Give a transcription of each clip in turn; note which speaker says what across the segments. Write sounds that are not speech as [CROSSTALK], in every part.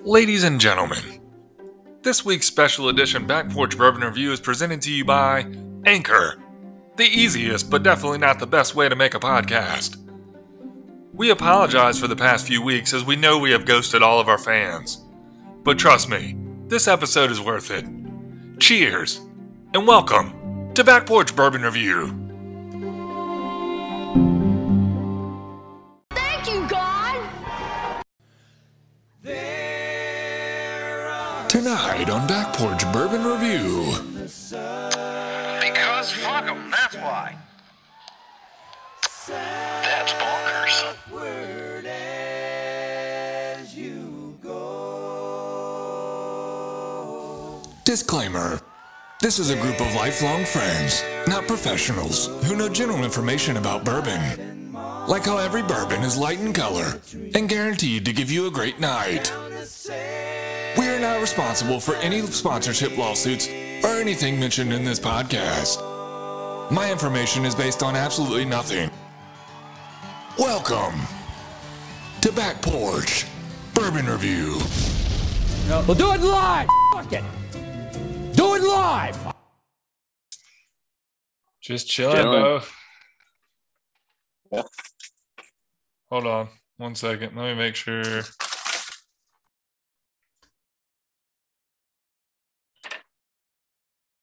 Speaker 1: Ladies and gentlemen, this week's special edition Back Porch Bourbon Review is presented to you by Anchor, the easiest but definitely not the best way to make a podcast. We apologize for the past few weeks as we know we have ghosted all of our fans. But trust me, this episode is worth it. Cheers, and welcome to Back Porch Bourbon Review.
Speaker 2: Thank you, God!
Speaker 1: Tonight on Back Porch Bourbon Review.
Speaker 3: Because fuck 'em, that's why. That's bonkers.
Speaker 1: Disclaimer This is a group of lifelong friends, not professionals, who know general information about bourbon. Like how every bourbon is light in color and guaranteed to give you a great night. We are not responsible for any sponsorship lawsuits or anything mentioned in this podcast. My information is based on absolutely nothing. Welcome to Back Porch Bourbon Review.
Speaker 4: We'll do it live. Fuck it. Do it live.
Speaker 1: Just chilling,
Speaker 5: Chilling.
Speaker 1: bro. Hold on one second. Let me make sure.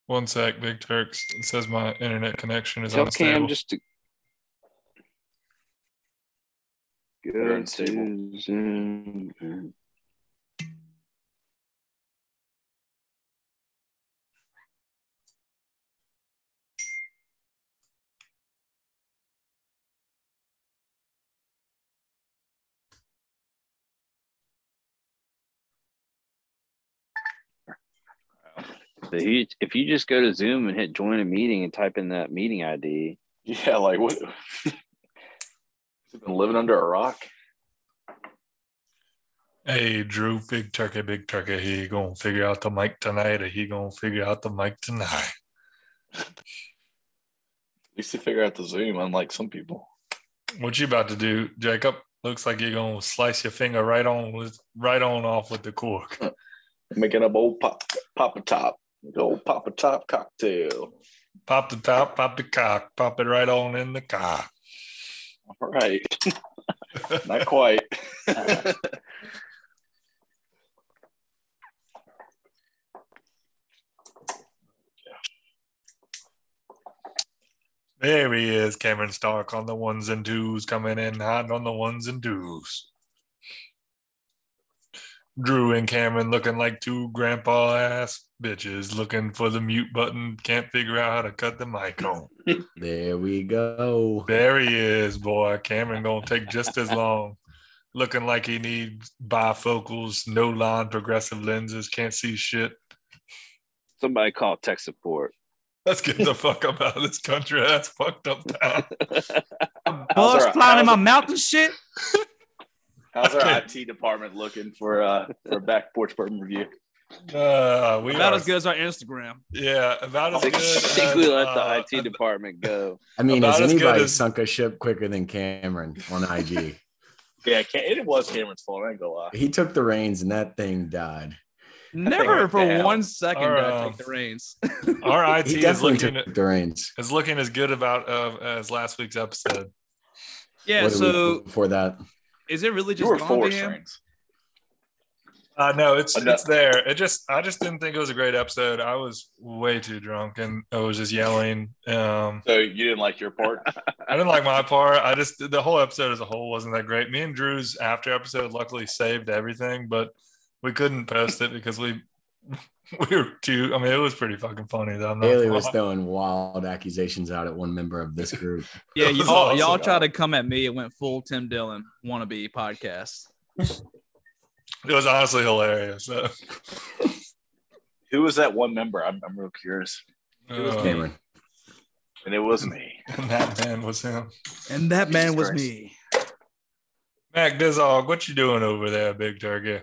Speaker 1: One sec, Big Turks. It says my internet connection is
Speaker 5: Tell
Speaker 1: unstable.
Speaker 5: Cam just to
Speaker 3: They're
Speaker 5: go
Speaker 3: unstable.
Speaker 5: to Zoom. If you, if you just go to Zoom and hit join a meeting and type in that meeting ID,
Speaker 3: Yeah, like what? Has he been living under a rock?
Speaker 1: Hey, Drew, Big Turkey, Big Turkey. He gonna figure out the mic tonight, or he gonna figure out the mic tonight.
Speaker 3: At least he figure out the Zoom, unlike some people.
Speaker 1: What you about to do, Jacob? Looks like you're gonna slice your finger right on with right on off with the cork.
Speaker 3: Making up old pop, Papa Top, the old Papa Top cocktail.
Speaker 1: Pop the top, pop the cock, pop it right on in the cock.
Speaker 3: All right. [LAUGHS] Not quite.
Speaker 1: There he is, Cameron Stark on the ones and twos, coming in hot on the ones and twos. Drew and Cameron looking like two grandpa ass bitches looking for the mute button, can't figure out how to cut the mic on.
Speaker 4: There we go.
Speaker 1: There he is, boy. Cameron gonna take just as long. Looking like he needs bifocals, no line progressive lenses, can't see shit.
Speaker 5: somebody call tech support.
Speaker 1: Let's get
Speaker 5: [LAUGHS]
Speaker 1: the fuck up out of this country. That's fucked up town.
Speaker 4: Bugs
Speaker 3: our-
Speaker 4: flying in my
Speaker 3: how's-
Speaker 4: mouth and shit.
Speaker 3: How's our IT department looking for uh for a back porch bourbon review?
Speaker 1: Uh, we
Speaker 4: About
Speaker 1: are
Speaker 4: as good as our Instagram.
Speaker 1: Yeah, about
Speaker 5: I
Speaker 1: as good.
Speaker 5: think, I think we
Speaker 1: as,
Speaker 5: let the
Speaker 1: uh,
Speaker 5: IT department go.
Speaker 6: I mean,
Speaker 1: About
Speaker 6: has
Speaker 1: as good
Speaker 6: anybody
Speaker 1: as-
Speaker 6: sunk a ship quicker than Cameron on IG?
Speaker 3: Yeah, Cam- it was Cameron's fault. I ain't gonna lie.
Speaker 6: he took the reins and that thing died.
Speaker 4: Never for
Speaker 3: Damn.
Speaker 4: one second
Speaker 1: Or,
Speaker 4: did I
Speaker 1: um,
Speaker 4: take the reins.
Speaker 1: uh,
Speaker 5: [LAUGHS]
Speaker 1: Our IT
Speaker 6: He
Speaker 1: is
Speaker 6: definitely
Speaker 1: looking
Speaker 6: took the reins.
Speaker 1: is looking as good about uh, as last week's episode.
Speaker 4: [LAUGHS] yeah.
Speaker 6: What did we do
Speaker 4: So
Speaker 6: before that,
Speaker 4: is it really
Speaker 3: You
Speaker 4: just
Speaker 3: were
Speaker 4: gone
Speaker 3: four
Speaker 4: to him?
Speaker 3: strings.
Speaker 1: I know Uh, it's
Speaker 3: I know.
Speaker 1: it's there. It just I just didn't think it was a great episode. I was way too drunk and I was just yelling. Um,
Speaker 3: So you didn't like your part?
Speaker 1: I didn't like my part. I just the whole episode as a whole wasn't that great. Me and Drew's after episode luckily saved everything, but we couldn't post it because we [LAUGHS] we were too. I mean, it was pretty fucking funny though. I'm not
Speaker 6: Haley
Speaker 1: gonna
Speaker 6: was
Speaker 1: lie.
Speaker 6: throwing wild accusations out at one member of this group.
Speaker 4: Yeah,
Speaker 1: It
Speaker 4: you
Speaker 1: was
Speaker 4: all,
Speaker 1: awesome.
Speaker 4: y'all try to come at me. It went full Tim Dillon wannabe podcast.
Speaker 1: It was honestly hilarious. So,
Speaker 3: [LAUGHS] Who was that one member? I'm, I'm real curious.
Speaker 4: It was
Speaker 1: uh,
Speaker 6: Cameron,
Speaker 3: And it was me.
Speaker 1: and that man was him.
Speaker 4: And that man
Speaker 3: Jesus
Speaker 4: was
Speaker 3: Christ.
Speaker 4: me.
Speaker 1: Mac Dizog, what you doing over there, Big Turkey?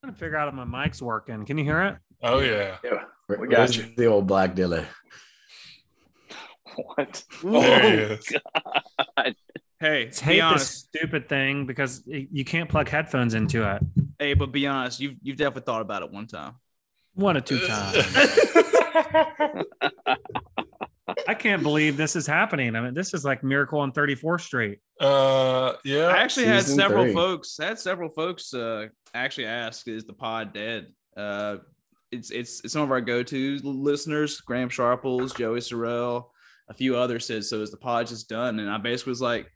Speaker 7: trying to figure out if my mic's working. Can you hear it?
Speaker 1: Oh yeah,
Speaker 3: Yeah.
Speaker 6: Where-
Speaker 3: we got
Speaker 6: where's
Speaker 3: you.
Speaker 6: the old black dealer.
Speaker 3: [LAUGHS] What?
Speaker 1: there he is.
Speaker 4: Hey,
Speaker 8: Just
Speaker 4: be
Speaker 8: hate
Speaker 4: honest.
Speaker 8: this stupid thing because y- you can't plug headphones into it.
Speaker 4: Hey, but be honest. You've you've definitely thought about it one time.
Speaker 8: One or two times. I can't believe this is happening. I mean, this is like Miracle on 34th Street.
Speaker 1: Uh, yeah.
Speaker 4: I actually had
Speaker 6: Season
Speaker 4: several
Speaker 6: three.
Speaker 4: folks had several folks uh actually ask is the pod dead? Uh it's it's, it's some of our go-to listeners, Graham Sharples, Joey Sorrell, a few others said so is the pod just done? And I basically was like,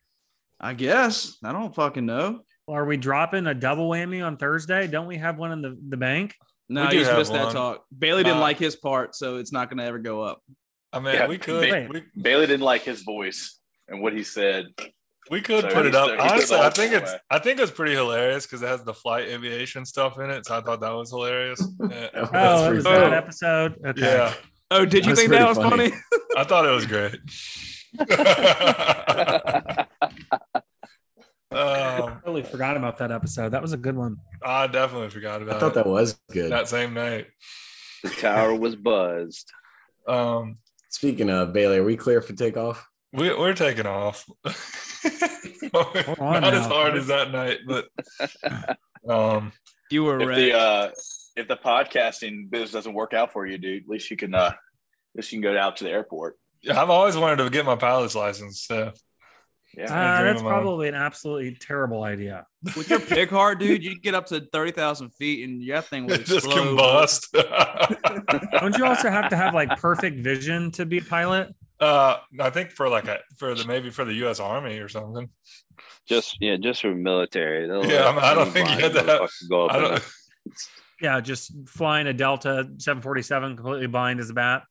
Speaker 4: I guess. I don't fucking know.
Speaker 8: Are we dropping a double whammy on Thursday? Don't we have one in the, the bank?
Speaker 4: No,
Speaker 1: do
Speaker 4: you just
Speaker 1: have
Speaker 4: missed that
Speaker 1: one.
Speaker 4: talk. Bailey didn't
Speaker 1: Uh,
Speaker 4: like his part, so it's not gonna ever go up.
Speaker 1: I mean,
Speaker 3: Yeah,
Speaker 1: we could
Speaker 8: wait.
Speaker 1: we,
Speaker 3: Bailey didn't like his voice and what he said.
Speaker 1: we could
Speaker 3: So
Speaker 1: put it
Speaker 3: he's
Speaker 1: up.
Speaker 3: the- he's the
Speaker 1: Honestly, I
Speaker 3: old
Speaker 1: think
Speaker 3: boy.
Speaker 1: it's I think it's pretty hilarious because it has the flight aviation stuff in it. So I thought that was hilarious. Yeah.
Speaker 6: That
Speaker 8: Oh, it
Speaker 6: pretty
Speaker 8: was
Speaker 6: funny.
Speaker 8: that episode. Okay.
Speaker 1: yeah,
Speaker 4: Oh, did you
Speaker 6: That's
Speaker 4: think that
Speaker 6: pretty
Speaker 4: was
Speaker 6: funny.
Speaker 4: funny?
Speaker 1: I thought it was great. um,
Speaker 8: Totally forgot about that episode. That was a good one.
Speaker 1: I definitely forgot about
Speaker 6: I thought
Speaker 1: it
Speaker 6: that was good.
Speaker 1: that same night.
Speaker 5: The tower was buzzed.
Speaker 1: Um,
Speaker 6: Speaking of Bailey, are we clear for takeoff?
Speaker 1: We, we're taking off. [LAUGHS] Not
Speaker 8: on
Speaker 1: as
Speaker 8: now.
Speaker 1: hard as that night, but um,
Speaker 4: you were
Speaker 3: If
Speaker 4: right.
Speaker 3: the uh, if the podcasting business doesn't work out for you, dude, at least you can uh, at least you can go out to the airport.
Speaker 1: I've always wanted to get my pilot's license. So
Speaker 3: Yeah.
Speaker 8: Uh, that's
Speaker 1: Adrenaline.
Speaker 8: probably an absolutely terrible idea.
Speaker 4: With your pig heart, dude, you get up to thirty thousand feet, and your thing would
Speaker 1: it [LAUGHS] just
Speaker 4: explode.
Speaker 1: combust.
Speaker 4: [LAUGHS]
Speaker 1: [LAUGHS]
Speaker 8: Don't you also have to have like perfect vision to be a pilot?
Speaker 1: uh, I think for like a for the maybe for the U.S. Army or something.
Speaker 5: Just yeah, just for military. They'll
Speaker 1: Yeah,
Speaker 5: let
Speaker 1: I'm- I don't think
Speaker 5: anybody
Speaker 1: you had to have-
Speaker 5: motherfucker Go up
Speaker 1: I
Speaker 5: in
Speaker 1: don't.
Speaker 5: that.
Speaker 1: [LAUGHS]
Speaker 8: Yeah, just flying a Delta 747 completely blind as a bat.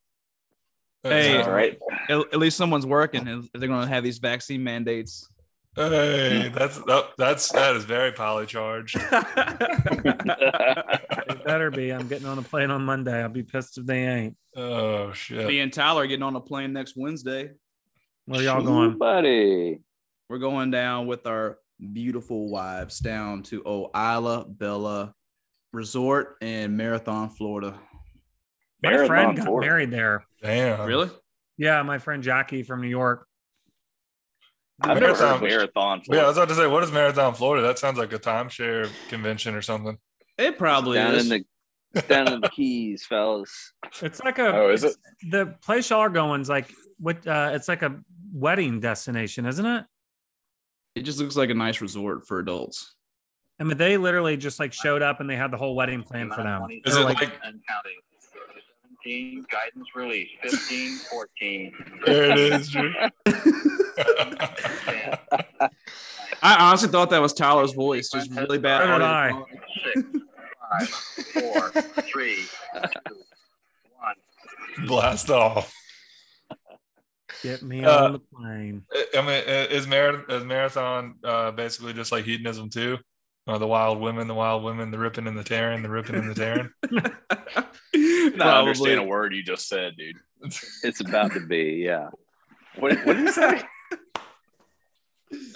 Speaker 4: Hey.
Speaker 3: All right.
Speaker 4: At, at least someone's working, and they're going to have these vaccine mandates.
Speaker 1: Hey, that's that, that's that is very poly charged.
Speaker 4: Me
Speaker 8: It better be. I'm getting on a plane on Monday. I'll be pissed if they ain't.
Speaker 1: Oh shit!
Speaker 4: and Tyler are getting on a plane next Wednesday.
Speaker 8: Where y'all going?
Speaker 5: buddy?
Speaker 4: We're going down with our beautiful wives down to old Isla Bella uh, Resort in Marathon, Florida.
Speaker 8: My
Speaker 5: Marathon
Speaker 8: friend got
Speaker 5: Florida.
Speaker 8: married there.
Speaker 1: Damn.
Speaker 4: Really?
Speaker 8: Yeah, my friend Jackie from New York.
Speaker 3: I've never heard
Speaker 1: Marathon.
Speaker 3: of marathon.
Speaker 1: Yeah, I was about to say, what is Marathon, Florida? That sounds like a timeshare convention or something.
Speaker 4: It probably
Speaker 5: Down
Speaker 4: is.
Speaker 5: in
Speaker 1: [LAUGHS]
Speaker 5: the down in the keys, fellas.
Speaker 8: It's like a
Speaker 3: Oh, is it?
Speaker 8: the place y'all are going's like what uh it's like a wedding destination, isn't it?
Speaker 4: it just looks like a nice resort for adults.
Speaker 8: I mean they literally just like showed up and they had the whole wedding plan for them.
Speaker 1: Is it like
Speaker 9: and counting. 17, guidance release, 15, 14.
Speaker 1: There it
Speaker 4: [LAUGHS]
Speaker 1: is. Drew. [LAUGHS]
Speaker 4: I honestly thought that was Tyler's voice, just really bad.
Speaker 8: So did
Speaker 4: audio. [LAUGHS]
Speaker 8: I.
Speaker 9: Six, five, four, three, two, one.
Speaker 1: Blast off.
Speaker 8: Get me
Speaker 1: Uh,
Speaker 8: on the plane.
Speaker 1: I mean, is, Mar- is marathon uh, basically just like hedonism too? Uh, the wild women, the wild women, the ripping and the tearing, the ripping and
Speaker 8: [LAUGHS]
Speaker 1: the tearing.
Speaker 3: I don't understand a word you just said, dude.
Speaker 8: [LAUGHS]
Speaker 5: It's about to be, yeah.
Speaker 3: What, what did
Speaker 5: [LAUGHS]
Speaker 3: you say?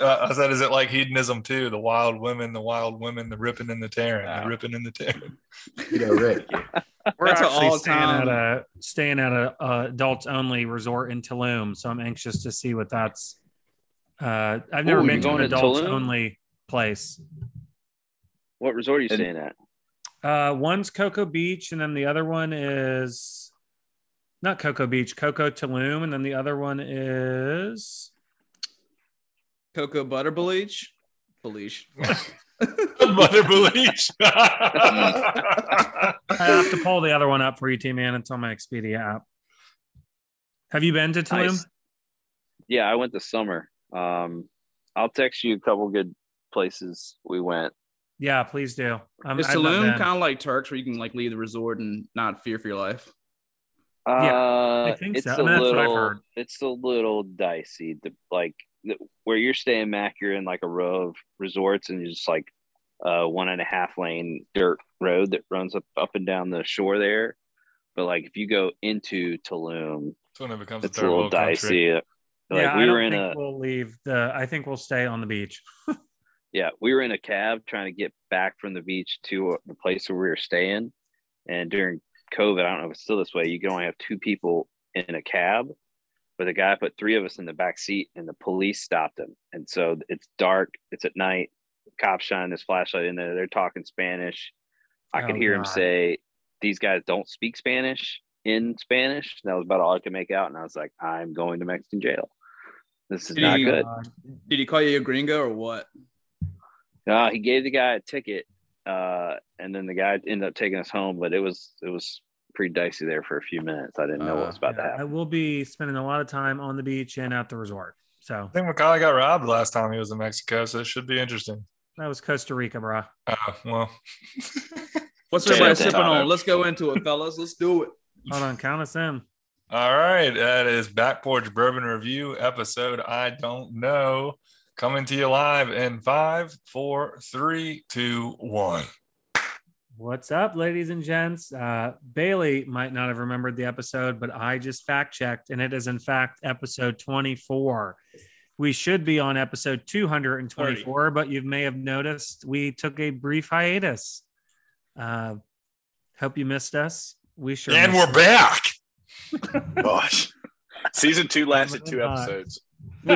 Speaker 1: Uh, I said, is it like hedonism too? The wild women, the wild women, the ripping and the tearing,
Speaker 4: Wow.
Speaker 1: the ripping and the tearing. [LAUGHS]
Speaker 6: You know, Rick. e-,
Speaker 8: We're
Speaker 4: That's an
Speaker 8: actually uh, staying
Speaker 4: all-time-
Speaker 8: at a staying at a uh, adults only resort in Tulum, so I'm anxious to see what that's. Uh, I've never
Speaker 5: Ooh,
Speaker 8: been
Speaker 5: you're
Speaker 8: to an
Speaker 5: going to
Speaker 8: adults
Speaker 5: Tulum?
Speaker 8: only place.
Speaker 5: What resort are you
Speaker 3: And-
Speaker 5: staying at?
Speaker 8: Uh, one's Cocoa Beach, and then the other one is not Cocoa Beach, Cocoa Tulum, and then the other one is
Speaker 4: Cocoa butter bleach. Bleach.
Speaker 1: Mother bleach.
Speaker 5: [LAUGHS]
Speaker 8: I have to pull the other one up for you, T man. It's on my Expedia app. Have you been to Tulum?
Speaker 5: Nice. Yeah, I went this summer. Um, I'll text you a couple good places we went.
Speaker 8: Yeah, please do. Um,
Speaker 4: Is
Speaker 8: I've not
Speaker 4: Tulum
Speaker 8: been.
Speaker 4: kind of like Turks where you can like leave the resort and not fear for your life?
Speaker 5: Uh,
Speaker 8: I think
Speaker 5: it's
Speaker 8: so. I
Speaker 5: a
Speaker 8: mean, that's what I've
Speaker 5: little,
Speaker 8: heard.
Speaker 5: it's a little dicey. The like the, where you're staying, Mac, you're in like a row of resorts, and you're just like uh, one and a half lane dirt road that runs up up and down the shore there. But like if you go into Tulum,
Speaker 1: That's when it becomes
Speaker 5: it's
Speaker 1: a
Speaker 5: a
Speaker 1: third
Speaker 5: little
Speaker 1: world country.
Speaker 5: dicey. Like
Speaker 8: yeah,
Speaker 5: we
Speaker 8: I
Speaker 5: were
Speaker 8: don't
Speaker 5: in
Speaker 8: think
Speaker 5: a
Speaker 8: we'll leave the. I think we'll stay on the beach.
Speaker 5: yeah, we were in a cab trying to get back from the beach to uh, the place where we were staying. And during COVID, I don't know if it's still this way, you can only have two people in a cab. but the guy put three of us in the back seat and the police stopped him. And so it's dark, it's at night. Cop shine his flashlight in there. They're talking Spanish. I could
Speaker 8: Oh,
Speaker 5: hear him
Speaker 8: God.
Speaker 5: say, These guys don't speak Spanish in Spanish. That was about all I could make out. And I was like, I'm going to Mexican jail. This is
Speaker 4: Did
Speaker 5: not
Speaker 4: he-
Speaker 5: good.
Speaker 4: Did he call you a gringo or what?
Speaker 5: Uh, he gave the guy a ticket, uh, and then the guy ended up taking us home. But it was it was pretty dicey there for a few minutes. I didn't know what was about to
Speaker 8: Yeah, I
Speaker 5: happen.
Speaker 8: will be spending a lot of time on the beach and at the resort. So
Speaker 1: I think Macaulay got robbed last time he was in Mexico, so it should be interesting.
Speaker 8: that was Costa Rica, bruh.
Speaker 1: Uh, well,
Speaker 4: What's
Speaker 3: Yeah,
Speaker 4: everybody
Speaker 3: that's
Speaker 4: sipping
Speaker 3: not
Speaker 4: on?
Speaker 3: it.
Speaker 4: Let's go
Speaker 8: [LAUGHS]
Speaker 4: into it, fellas. Let's do it.
Speaker 8: Hold on, count us in.
Speaker 1: all right. That is Back Porch Bourbon Review episode. I don't know. Coming to you live in five, four, three, two, one.
Speaker 8: What's up, ladies and gents? Uh, Bailey might not have remembered the episode, but I just fact checked, and it is in fact episode 24. We should be on episode 224, but you may have noticed we took a brief hiatus. Uh, hope you missed us. We sure.
Speaker 1: and
Speaker 8: missed
Speaker 1: we're back.
Speaker 3: Gosh. Season two lasted two
Speaker 8: Oh God.
Speaker 3: episodes.
Speaker 4: We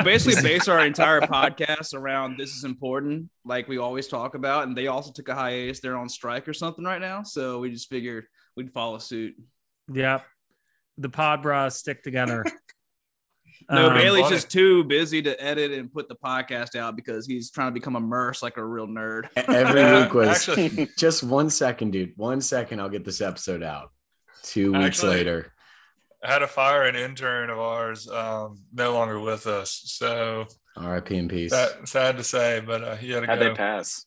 Speaker 8: [LAUGHS]
Speaker 4: basically base our entire podcast around this is important, like we always talk about. And they also took a hiatus. They're on strike or something right now. So we just figured we'd follow suit.
Speaker 8: you. Yep. The pod bras stick together.
Speaker 4: No,
Speaker 8: Um,
Speaker 4: Bailey's
Speaker 1: funny.
Speaker 4: just too busy to edit and put the podcast out because he's trying to become immersed like a real nerd.
Speaker 6: Every
Speaker 1: Yeah,
Speaker 6: week was
Speaker 1: actually-
Speaker 6: [LAUGHS] just one second, dude. One second, I'll get this episode out. Two weeks
Speaker 1: Actually-
Speaker 6: later.
Speaker 1: I had to fire an intern of ours, um, no longer with us. So
Speaker 6: RIP in peace.
Speaker 1: sad, sad to say, but uh, he had to
Speaker 3: How'd
Speaker 1: go.
Speaker 3: they pass?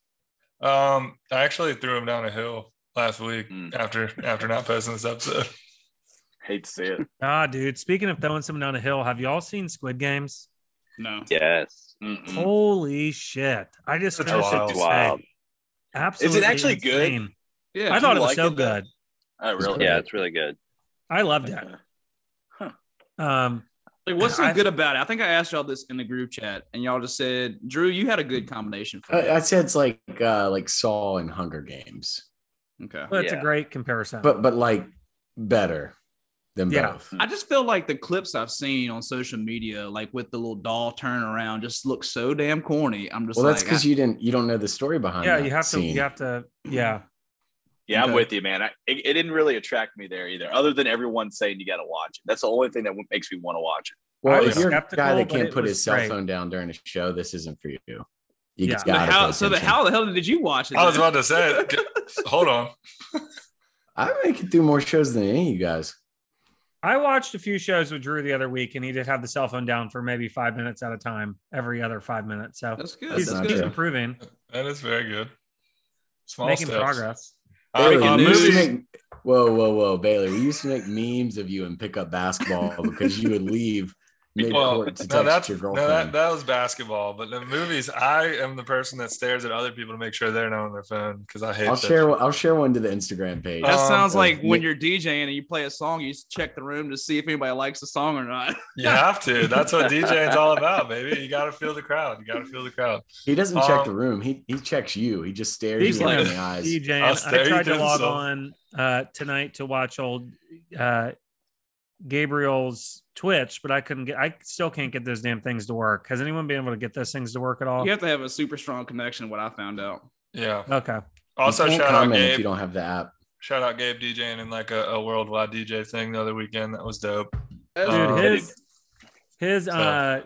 Speaker 1: Um, I actually threw him down a hill last week
Speaker 3: Mm.
Speaker 1: after after not posting this episode.
Speaker 3: [LAUGHS] Hate to
Speaker 4: [LAUGHS]
Speaker 3: see it.
Speaker 8: Ah, dude. Speaking of throwing someone down a hill, have y'all seen Squid Games?
Speaker 4: No.
Speaker 5: Yes,
Speaker 3: Mm-mm.
Speaker 8: Holy shit! I just
Speaker 1: That's
Speaker 8: posted
Speaker 1: wild.
Speaker 8: to
Speaker 5: it's
Speaker 8: say,
Speaker 5: wild.
Speaker 8: Absolutely,
Speaker 3: actually good?
Speaker 8: insane.
Speaker 4: Yeah.
Speaker 8: I thought it was
Speaker 3: like
Speaker 8: so
Speaker 3: it, though?
Speaker 8: good.
Speaker 3: Oh, really?
Speaker 5: Yeah, it's really good.
Speaker 8: I loved it.
Speaker 3: Okay.
Speaker 8: Um,
Speaker 4: Like, what's so
Speaker 8: I-
Speaker 4: good about it? I think I asked y'all this in the group chat, and y'all just said, Drew, you had a good combination for
Speaker 6: I, I
Speaker 4: it.
Speaker 6: said it's like uh like Saul and Hunger Games,
Speaker 4: Okay.
Speaker 8: but it's a
Speaker 5: Yeah.
Speaker 8: great comparison.
Speaker 6: but but like better than
Speaker 8: Yeah.
Speaker 6: both.
Speaker 4: I just feel like the clips I've seen on social media, like with the little doll turnaround, just look so damn corny. I'm just
Speaker 6: Well,
Speaker 4: like,
Speaker 6: that's because you didn't you don't know the story behind.
Speaker 8: yeah,
Speaker 6: that
Speaker 8: you have to.
Speaker 6: scene.
Speaker 8: You have to. Yeah,
Speaker 3: Yeah, I'm
Speaker 4: Okay.
Speaker 3: with you, man. I, it, it didn't really attract me there either, other than everyone saying you got to watch it. That's the only thing that w- makes me want to watch
Speaker 8: I
Speaker 3: it.
Speaker 6: Well,
Speaker 8: was
Speaker 6: if you're a guy
Speaker 8: skeptical,
Speaker 6: that
Speaker 8: but
Speaker 6: can't
Speaker 8: it
Speaker 6: put
Speaker 8: was
Speaker 6: his cell
Speaker 8: great.
Speaker 6: phone down during a show, this isn't for you. You
Speaker 8: Yeah.
Speaker 6: just
Speaker 4: But
Speaker 6: gotta.
Speaker 4: how,
Speaker 6: pay
Speaker 4: so the,
Speaker 6: attention.
Speaker 4: how the hell did you watch it?
Speaker 1: I was
Speaker 4: then?
Speaker 1: about to say, it. hold on.
Speaker 6: I make it through more shows than any of you guys.
Speaker 8: I watched a few shows with Drew the other week, and he did have the cell phone down for maybe five minutes at a time, every other five minutes. So
Speaker 4: That's good.
Speaker 6: That's
Speaker 8: he's,
Speaker 4: That's
Speaker 6: not
Speaker 8: he's
Speaker 4: good.
Speaker 6: true.
Speaker 8: improving,
Speaker 1: That is very good. Small
Speaker 8: making
Speaker 1: steps.
Speaker 8: progress.
Speaker 1: I mean,
Speaker 6: Bailey,
Speaker 4: uh,
Speaker 6: we used to
Speaker 1: movies-
Speaker 6: make- whoa, whoa, whoa, Bailey! We used to make memes of you and pick up
Speaker 8: [LAUGHS]
Speaker 6: basketball because you would leave mid
Speaker 1: well,
Speaker 6: court to
Speaker 1: no,
Speaker 6: text
Speaker 1: that's,
Speaker 6: your
Speaker 1: no
Speaker 6: girlfriend.
Speaker 1: that, that was basketball, but the movies, I am the person that stares at other people to make sure they're not on their phone because I hate
Speaker 6: I'll
Speaker 1: that.
Speaker 6: share. one- I'll share one to the Instagram page.
Speaker 4: That
Speaker 1: Um,
Speaker 4: sounds like
Speaker 6: uh,
Speaker 4: when
Speaker 6: yeah.
Speaker 4: you're DJing and you play a song, you just check the room to see if anybody likes the song or not. [LAUGHS]
Speaker 1: You have to. That's what DJing's all about, baby. You got to feel the crowd. You got to feel the crowd.
Speaker 6: He doesn't check
Speaker 1: Um,
Speaker 6: the room. He he checks you. He just stares
Speaker 8: He's
Speaker 6: you right
Speaker 8: like-
Speaker 6: in the eyes.
Speaker 8: DJ,
Speaker 1: I'll
Speaker 8: I
Speaker 1: stare you
Speaker 8: tried to
Speaker 1: down,
Speaker 8: log
Speaker 1: so-
Speaker 8: on uh, tonight to watch old uh, Gabriel's Twitch, but I couldn't get. I still can't get those damn things to work. Has anyone been able to get those things to work at all?
Speaker 4: You have to have a super strong connection. What I found out.
Speaker 1: Yeah.
Speaker 8: Okay.
Speaker 1: Also,
Speaker 6: you can't
Speaker 1: shout out
Speaker 6: comment if
Speaker 1: Gabe.
Speaker 6: you don't have the app.
Speaker 1: Shout out Gabe DJing in like a, a worldwide DJ thing the other weekend. That was dope.
Speaker 4: That's
Speaker 1: Dude,
Speaker 4: cool.
Speaker 1: hit-
Speaker 8: his his
Speaker 1: So-
Speaker 8: uh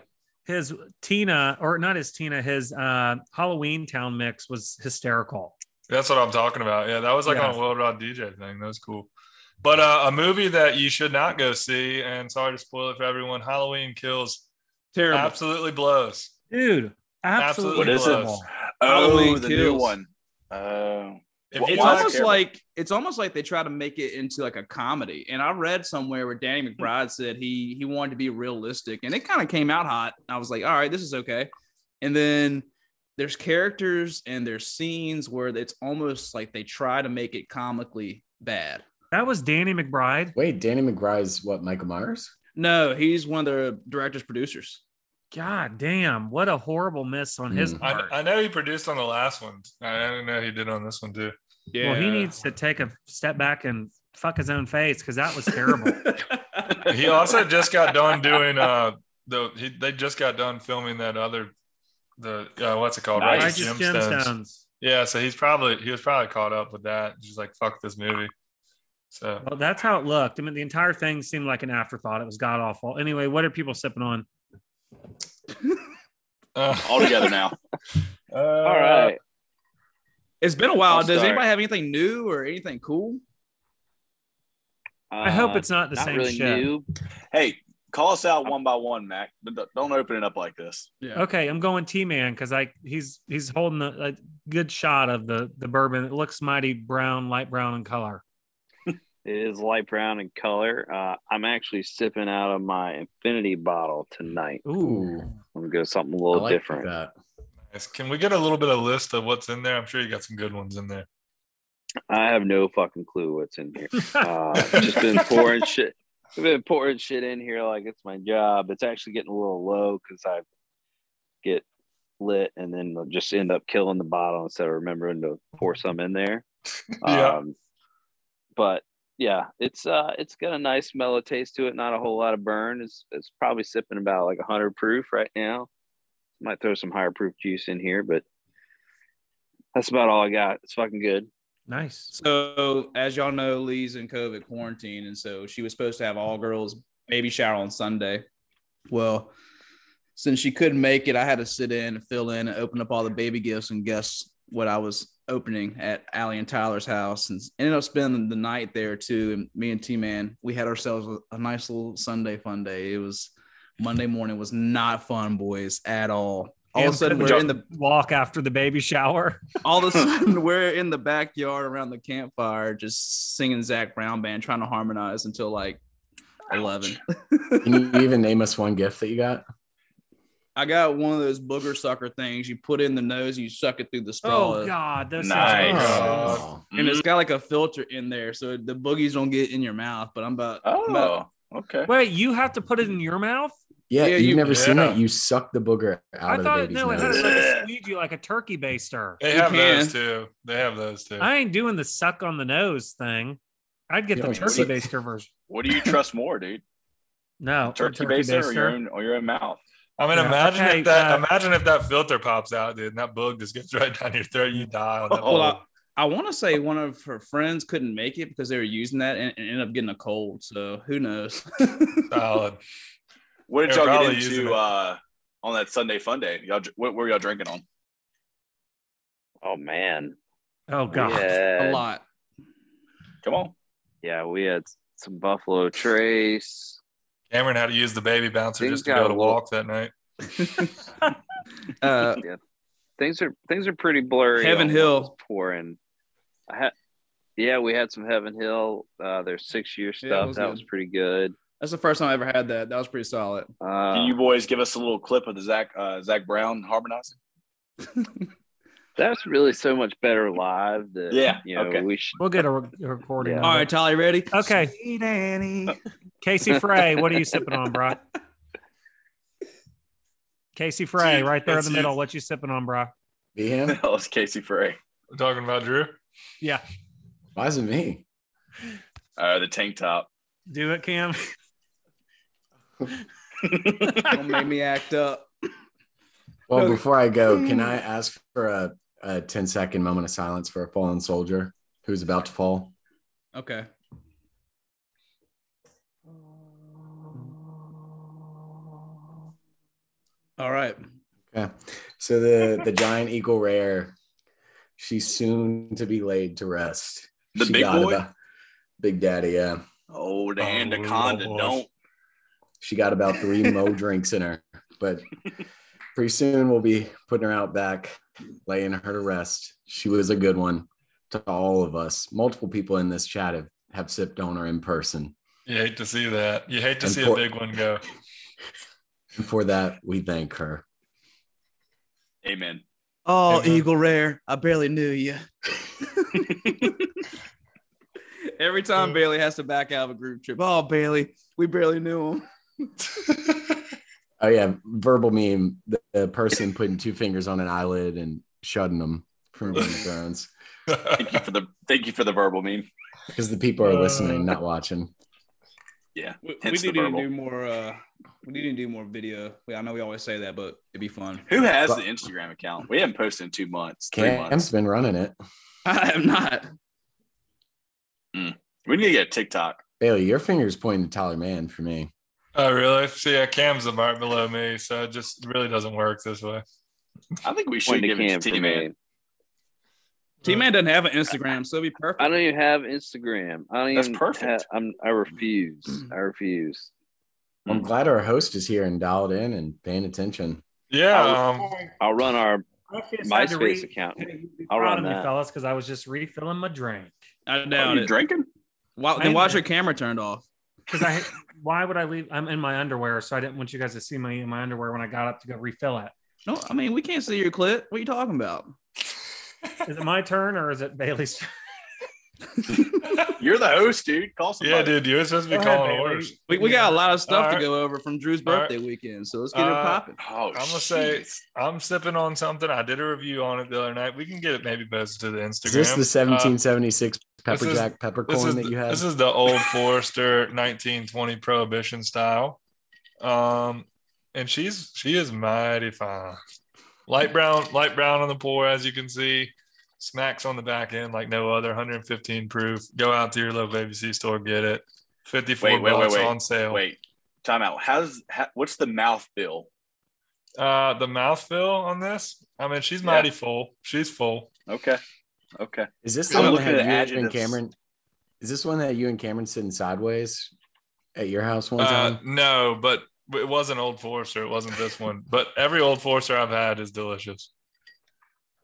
Speaker 8: his Tina or not his Tina his uh Halloween Town mix was hysterical.
Speaker 1: That's what I'm talking about. Yeah, that was like
Speaker 8: Yeah.
Speaker 1: on a worldwide DJ thing. That was cool. But uh, a movie that you should not go see, and sorry to spoil it for everyone, Halloween Kills
Speaker 4: terrible.
Speaker 1: absolutely blows.
Speaker 8: Dude,
Speaker 1: Absolutely
Speaker 8: absolutely.
Speaker 3: What is it?
Speaker 8: horrible.
Speaker 4: Halloween
Speaker 3: Oh, the new
Speaker 4: Kills.
Speaker 3: one. Oh,
Speaker 1: If
Speaker 3: What-
Speaker 1: you
Speaker 4: It's
Speaker 3: why
Speaker 1: watch-
Speaker 4: almost
Speaker 3: terrible?
Speaker 4: like it's almost like they try to make it into like a comedy. And I read somewhere where Danny
Speaker 3: Hmm.
Speaker 4: McBride said he he wanted to be realistic, and it kind of came out hot. I was like, all right, this is okay. And then there's characters and there's scenes where it's almost like they try to make it comically bad.
Speaker 8: That was Danny McBride.
Speaker 6: Wait, Danny McBride's what? Michael Myers?
Speaker 4: No, he's one of the directors producers.
Speaker 8: God damn, what a horrible miss on his
Speaker 6: Mm.
Speaker 1: I,
Speaker 8: part.
Speaker 1: I know he produced on the last one. I I didn't know he did on this one too.
Speaker 4: Yeah,
Speaker 8: Well, he needs to take a step back and fuck his own face because that was terrible.
Speaker 4: [LAUGHS]
Speaker 1: he also just got done doing uh the he, they just got done filming that other the uh, what's it called
Speaker 3: Nice.
Speaker 8: Righteous gemstones.
Speaker 1: yeah so he's probably he was probably caught up with that just like fuck this movie so
Speaker 8: Well, that's how it looked. I mean, the entire thing seemed like an afterthought. It was god awful. Anyway, what are people sipping on?
Speaker 1: uh, [LAUGHS]
Speaker 3: All together now.
Speaker 1: uh,
Speaker 5: All right.
Speaker 4: It's been a while.
Speaker 3: I'll
Speaker 4: Does
Speaker 3: start.
Speaker 4: anybody have anything new or anything cool?
Speaker 8: I hope
Speaker 5: Uh,
Speaker 8: it's not the
Speaker 5: not
Speaker 8: same
Speaker 5: really
Speaker 8: shit.
Speaker 5: new.
Speaker 3: Hey, call us out one by one, Mac. D- d- Don't open it up like this.
Speaker 4: Yeah.
Speaker 8: Okay, I'm going T man because I he's he's holding a, a good shot of the the bourbon. It looks mighty brown, light brown in color.
Speaker 5: It is light brown in color. Uh, I'm actually sipping out of my infinity bottle tonight.
Speaker 8: Ooh,
Speaker 5: I'm gonna go something a
Speaker 6: I
Speaker 5: little
Speaker 6: like
Speaker 5: different.
Speaker 6: That.
Speaker 1: nice. can we get a little bit of list of what's in there i'm sure you got some good ones in there
Speaker 5: I have no fucking clue what's in here. Uh, just been pouring shit. I've been pouring shit in here like it's my job. It's actually getting a little low because I get lit and then I'll just end up killing the bottle instead of remembering to pour some in there.
Speaker 1: Yeah.
Speaker 5: Um, but yeah, it's uh, it's got a nice mellow taste to it. Not a whole lot of burn. It's it's probably sipping about like hundred proof right now. Might throw some higher proof juice in here, but that's about all I got. It's fucking good.
Speaker 8: nice.
Speaker 4: So, as y'all know, Lee's in COVID quarantine, and so she was supposed to have all girls baby shower on Sunday. Well, since she couldn't make it, I had to sit in and fill in and open up all the baby gifts and guess what I was opening at Allie and Tyler's house, and ended up spending the night there too. And me and T Man, we had ourselves a- a nice little Sunday fun day. It was Monday morning was not fun, boys, at all. All of a sudden, we're in the
Speaker 8: walk after the baby shower.
Speaker 4: all
Speaker 8: [LAUGHS]
Speaker 4: of a sudden we're in the backyard around the campfire just singing Zach Brown band trying to harmonize until like 11
Speaker 6: Can you even name us one gift that you got?
Speaker 4: i got one of those booger sucker things you put in the nose and you suck it through the straw
Speaker 8: Oh God, Mm-hmm. those
Speaker 3: Nice.
Speaker 8: sounds gross.
Speaker 6: Oh,
Speaker 4: and it's got like a filter in there so the boogies don't get in your mouth but i'm about
Speaker 8: Uh.
Speaker 3: Oh, okay.
Speaker 8: Wait, you have to put it in your mouth?
Speaker 6: yeah,
Speaker 4: Yeah,
Speaker 6: you've
Speaker 4: you-
Speaker 6: never seen
Speaker 1: yeah.
Speaker 6: it. You suck the booger out
Speaker 8: I
Speaker 6: of
Speaker 8: thought
Speaker 6: the
Speaker 8: it,
Speaker 6: baby's
Speaker 8: no, it had
Speaker 6: nose.
Speaker 8: to like
Speaker 3: Ugh.
Speaker 8: squeeze you like a turkey baster.
Speaker 1: they
Speaker 4: You
Speaker 1: have those
Speaker 4: can.
Speaker 1: too they have those too
Speaker 8: I ain't doing the suck on the nose thing. I'd get
Speaker 6: You
Speaker 8: the
Speaker 6: don't
Speaker 8: turkey
Speaker 6: suck.
Speaker 8: baster version.
Speaker 3: What do you trust more, dude?
Speaker 8: [LAUGHS] No, or
Speaker 3: Turkey baster or your own or your own mouth?
Speaker 1: I mean,
Speaker 8: Yeah.
Speaker 1: imagine
Speaker 8: Okay,
Speaker 1: if that
Speaker 8: uh,
Speaker 1: imagine if that filter pops out, dude, and that bug just gets [LAUGHS] right down your throat. You die on that.
Speaker 4: well,
Speaker 1: bug.
Speaker 4: I, I want to say one of her friends couldn't make it because they were using that and, and ended up getting a cold so who knows [LAUGHS]
Speaker 1: Solid.
Speaker 3: What did
Speaker 1: They're
Speaker 3: y'all
Speaker 1: probably
Speaker 3: get
Speaker 1: using it.
Speaker 3: into uh, on that Sunday fun day? Y'all, dr- what were y'all drinking on?
Speaker 5: Oh man.
Speaker 8: Oh God.
Speaker 5: Yeah.
Speaker 4: a lot
Speaker 3: Come on.
Speaker 5: Yeah, we had some Buffalo Trace.
Speaker 1: Cameron had to use the baby bouncer
Speaker 5: Things
Speaker 1: just to be able
Speaker 5: got a
Speaker 1: to
Speaker 5: little-
Speaker 1: walk that night.
Speaker 4: uh
Speaker 5: Things are things are pretty blurry.
Speaker 4: Heaven
Speaker 5: on
Speaker 4: Hill.
Speaker 5: what's Pouring. I had, yeah, we had some Heaven Hill. Uh, their six year
Speaker 4: Yeah,
Speaker 5: stuff
Speaker 4: it was
Speaker 5: that
Speaker 4: good.
Speaker 5: was pretty good.
Speaker 4: that's the first time i ever had that that was pretty solid
Speaker 5: Uh,
Speaker 3: Can you boys give us a little clip of the Zach uh, Zach Brown harmonizing?
Speaker 5: That's really so much better live. That,
Speaker 3: Yeah,
Speaker 5: you know,
Speaker 3: okay.
Speaker 5: we should.
Speaker 8: We'll get a, re- a recording.
Speaker 5: Yeah.
Speaker 8: of
Speaker 4: all
Speaker 8: it.
Speaker 4: right tyler you ready
Speaker 8: Uh-huh. Okay.
Speaker 4: Sweet Annie.
Speaker 8: Casey Frey, what are you sipping on, bro? Casey Frey,
Speaker 1: Dude,
Speaker 8: right there in
Speaker 1: that's
Speaker 8: the
Speaker 1: you.
Speaker 8: middle. What you sipping on, bro?
Speaker 6: Be
Speaker 3: [LAUGHS]
Speaker 6: him?
Speaker 3: that was Casey Frey.
Speaker 1: We're talking about Drew.
Speaker 8: Yeah.
Speaker 6: Why is it me?
Speaker 3: Uh, the tank top.
Speaker 8: Do it, Cam.
Speaker 4: don't make me act up
Speaker 6: Well,
Speaker 4: No.
Speaker 6: before I go, can I ask for a, a 10 second moment of silence for a fallen soldier who's about to fall?
Speaker 4: okay all right
Speaker 6: Yeah. So the the giant eagle rare, she's soon to be laid to rest.
Speaker 3: The
Speaker 6: She
Speaker 3: big
Speaker 6: got
Speaker 3: boy?
Speaker 6: about- big daddy, yeah.
Speaker 3: Oh, the
Speaker 1: Oh,
Speaker 3: anaconda.
Speaker 1: Lord.
Speaker 3: Don't.
Speaker 6: She got about three
Speaker 3: [LAUGHS]
Speaker 6: mo drinks in her, but pretty soon we'll be putting her out back, laying her to rest. She was a good one to all of us. Multiple people in this chat have, have sipped on her in person.
Speaker 1: You hate to see that. You hate to
Speaker 6: And
Speaker 1: see a
Speaker 6: for-
Speaker 1: big one go. [LAUGHS]
Speaker 6: And for that, we thank her.
Speaker 3: Amen.
Speaker 4: oh
Speaker 1: Hey, man.
Speaker 4: eagle rare i barely knew you [LAUGHS] every time bailey has to back out of a group trip oh bailey we barely knew [LAUGHS] him
Speaker 6: Oh yeah, verbal meme. The, the person putting two fingers on an eyelid and shutting them from Game of Thrones.
Speaker 3: Thank you for the thank you for the verbal meme.
Speaker 6: because the people are listening,
Speaker 1: Uh,
Speaker 6: not watching.
Speaker 1: [LAUGHS]
Speaker 3: Yeah,
Speaker 4: We, we
Speaker 3: Hence
Speaker 4: do
Speaker 3: the
Speaker 4: need to
Speaker 3: verbal.
Speaker 4: do more. Uh, we need to do more video. We, I know we always say that, but it'd be fun. [LAUGHS]
Speaker 3: who has
Speaker 6: But-
Speaker 3: the Instagram account? We haven't posted in two months, three
Speaker 6: Cam's
Speaker 3: months.
Speaker 6: been running it.
Speaker 4: I am not.
Speaker 3: We need to get a TikTok.
Speaker 6: Bailey, your finger's pointing to Tyler Mann for me.
Speaker 1: Oh, really? See, yeah, Cam's a mark below me, so it just really doesn't work this way.
Speaker 3: I think we should
Speaker 5: Point to
Speaker 3: give
Speaker 5: Cam
Speaker 3: it to
Speaker 5: for
Speaker 3: T Man.
Speaker 5: me.
Speaker 4: T Man doesn't have an Instagram, so it'd be perfect.
Speaker 5: I don't even have Instagram. I don't
Speaker 3: That's
Speaker 5: even
Speaker 3: perfect.
Speaker 5: ha- I'm, I refuse. I refuse.
Speaker 6: I'm
Speaker 3: Mm.
Speaker 6: glad our host is here and dialed in and paying attention.
Speaker 1: Yeah, um,
Speaker 5: I'll run our
Speaker 8: I just had to
Speaker 5: MySpace
Speaker 8: re-
Speaker 5: account.
Speaker 8: You'd be
Speaker 5: I'll
Speaker 8: proud
Speaker 5: run
Speaker 8: of me,
Speaker 5: that.
Speaker 8: fellas, because I was just refilling my drink.
Speaker 4: I
Speaker 3: Are
Speaker 4: doubt
Speaker 3: you
Speaker 4: it.
Speaker 3: drinking?
Speaker 4: Why,
Speaker 8: I am
Speaker 4: then watch your
Speaker 8: drinking.
Speaker 4: camera turned off.
Speaker 8: Because [LAUGHS] I, why would I leave? I'm in my underwear, so I didn't want you guys to see me in my underwear when I got up to go refill it.
Speaker 4: No, I mean we can't see your clit. What are you talking about?
Speaker 8: Is it my turn or is it Bailey's? turn?
Speaker 3: You're the host, dude. Call somebody.
Speaker 1: yeah, dude, you're supposed to be
Speaker 8: Go ahead,
Speaker 1: calling
Speaker 8: Bailey.
Speaker 1: orders.
Speaker 4: We, we got a lot of stuff
Speaker 1: Alright.
Speaker 4: to go over from Drew's
Speaker 1: Alright.
Speaker 4: birthday weekend, so let's get it
Speaker 1: Uh,
Speaker 4: popping.
Speaker 3: Oh,
Speaker 1: I'm gonna say-
Speaker 3: jeez.
Speaker 1: I'm sipping on something. I did a review on it the other night. We can get it maybe posted to the Instagram.
Speaker 6: Is this the
Speaker 1: Uh,
Speaker 6: 1776
Speaker 1: this
Speaker 6: pepper
Speaker 1: is-
Speaker 6: jack
Speaker 1: this,
Speaker 6: peppercorn
Speaker 1: is
Speaker 6: that
Speaker 1: the,
Speaker 6: you had?
Speaker 1: this is the old Forester 1920 Prohibition style. Um, and she's she is mighty fine. Light brown, light brown on the pour, as you can see. Smacks on the back end like no other. 115 proof. Go out to your local ABC store, get it. 54
Speaker 3: Wait, wait, wait,
Speaker 1: bucks
Speaker 3: wait.
Speaker 1: on sale.
Speaker 3: Wait, time out. How's how, what's the mouth bill?
Speaker 1: Uh, the mouth fill on this. I mean, she's
Speaker 3: Yeah.
Speaker 1: mighty full. She's full.
Speaker 3: Okay, okay.
Speaker 6: Is this the
Speaker 3: I'm
Speaker 6: one
Speaker 3: looking at
Speaker 6: that you and
Speaker 3: adjectives.
Speaker 6: Cameron? Is this one that you and Cameron sitting sideways at your house one
Speaker 1: Uh,
Speaker 6: time?
Speaker 1: no, but it wasn't Old Forester. It wasn't this one. But every Old Forester I've had is delicious.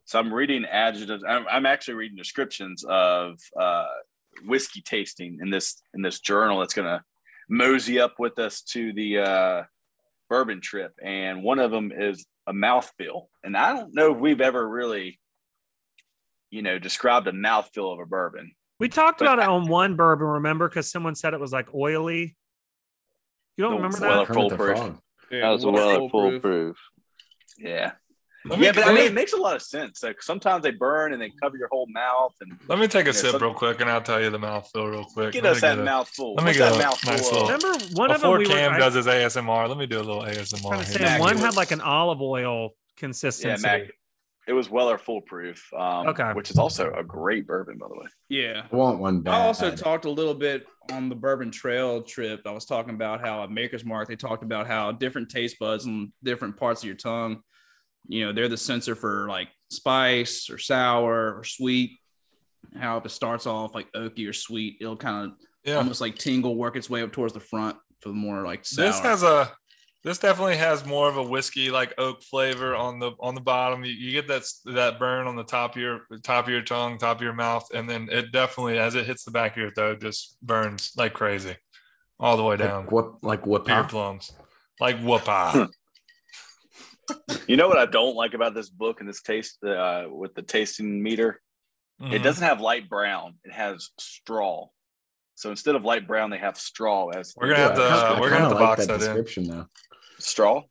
Speaker 3: So I'm reading adjectives. I'm, I'm actually reading descriptions of uh, whiskey tasting in this in this journal that's gonna mosey up with us to the uh, bourbon trip, and one of them is a mouthfeel, and I don't know if we've ever really, you know, described a mouthfeel of a bourbon.
Speaker 8: We talked
Speaker 3: But-
Speaker 8: about it [LAUGHS] on one bourbon, remember? Because someone said it was like oily. You don't
Speaker 3: No,
Speaker 8: remember
Speaker 3: well,
Speaker 8: that?
Speaker 6: Kermit the
Speaker 3: foolproof.
Speaker 6: Frog.
Speaker 5: That was well
Speaker 4: foolproof.
Speaker 5: foolproof.
Speaker 3: Yeah,
Speaker 1: Let me,
Speaker 3: yeah, but
Speaker 1: let
Speaker 3: I mean,
Speaker 1: me-
Speaker 3: it makes a lot of sense. Like sometimes they burn and they cover your whole mouth, and
Speaker 1: let me take a
Speaker 3: Yeah,
Speaker 1: sip
Speaker 3: some-
Speaker 1: real quick, and I'll tell you the mouthful real quick.
Speaker 3: get
Speaker 1: Let
Speaker 3: us
Speaker 1: me
Speaker 3: that
Speaker 1: get a-
Speaker 3: mouthful.
Speaker 1: let me
Speaker 3: What's
Speaker 1: get
Speaker 3: that
Speaker 1: a
Speaker 3: mouthful?
Speaker 1: nice
Speaker 3: of?
Speaker 1: little-
Speaker 8: Remember one of them
Speaker 1: Before
Speaker 8: we were
Speaker 1: Cam
Speaker 8: I-
Speaker 1: does his ASMR, let me do a little
Speaker 8: I
Speaker 1: ASMR.
Speaker 8: was
Speaker 1: Here.
Speaker 8: saying one
Speaker 3: Immaculate.
Speaker 8: had like an olive oil
Speaker 3: Yeah,
Speaker 8: consistency.
Speaker 3: Mac. It was Weller foolproof. Um,
Speaker 8: Okay.
Speaker 3: Which is also a great bourbon, by the way.
Speaker 4: Yeah.
Speaker 6: I want one bad.
Speaker 4: I also talked a little bit on the Bourbon Trail trip. I was talking about how at Maker's Mark, they talked about how different taste buds and different parts of your tongue, you know, they're the sensor for like spice or sour or sweet. How if it starts off like oaky or sweet, it'll kind of
Speaker 1: Yeah,
Speaker 4: almost like tingle, work its way up towards the front for the more like sour.
Speaker 1: this has a this definitely has more of a whiskey like oak flavor on the on the bottom. You, you get that s- that burn on the top of your top of your tongue, top of your mouth, and then it definitely as it hits the back of your throat, just burns like crazy, all the way down.
Speaker 6: like what like what
Speaker 1: Beer plums, like
Speaker 3: [LAUGHS]
Speaker 1: whoopah.
Speaker 3: You know what I don't like about this book and this taste uh, with the tasting meter? It
Speaker 1: Mhm.
Speaker 3: doesn't have light brown. It has straw. So instead of light brown, they have straw as
Speaker 1: We're gonna have to
Speaker 6: I
Speaker 1: uh,
Speaker 6: kinda
Speaker 1: we're gonna have to
Speaker 6: like
Speaker 1: box
Speaker 6: that
Speaker 1: that in.
Speaker 6: description though.
Speaker 3: straw.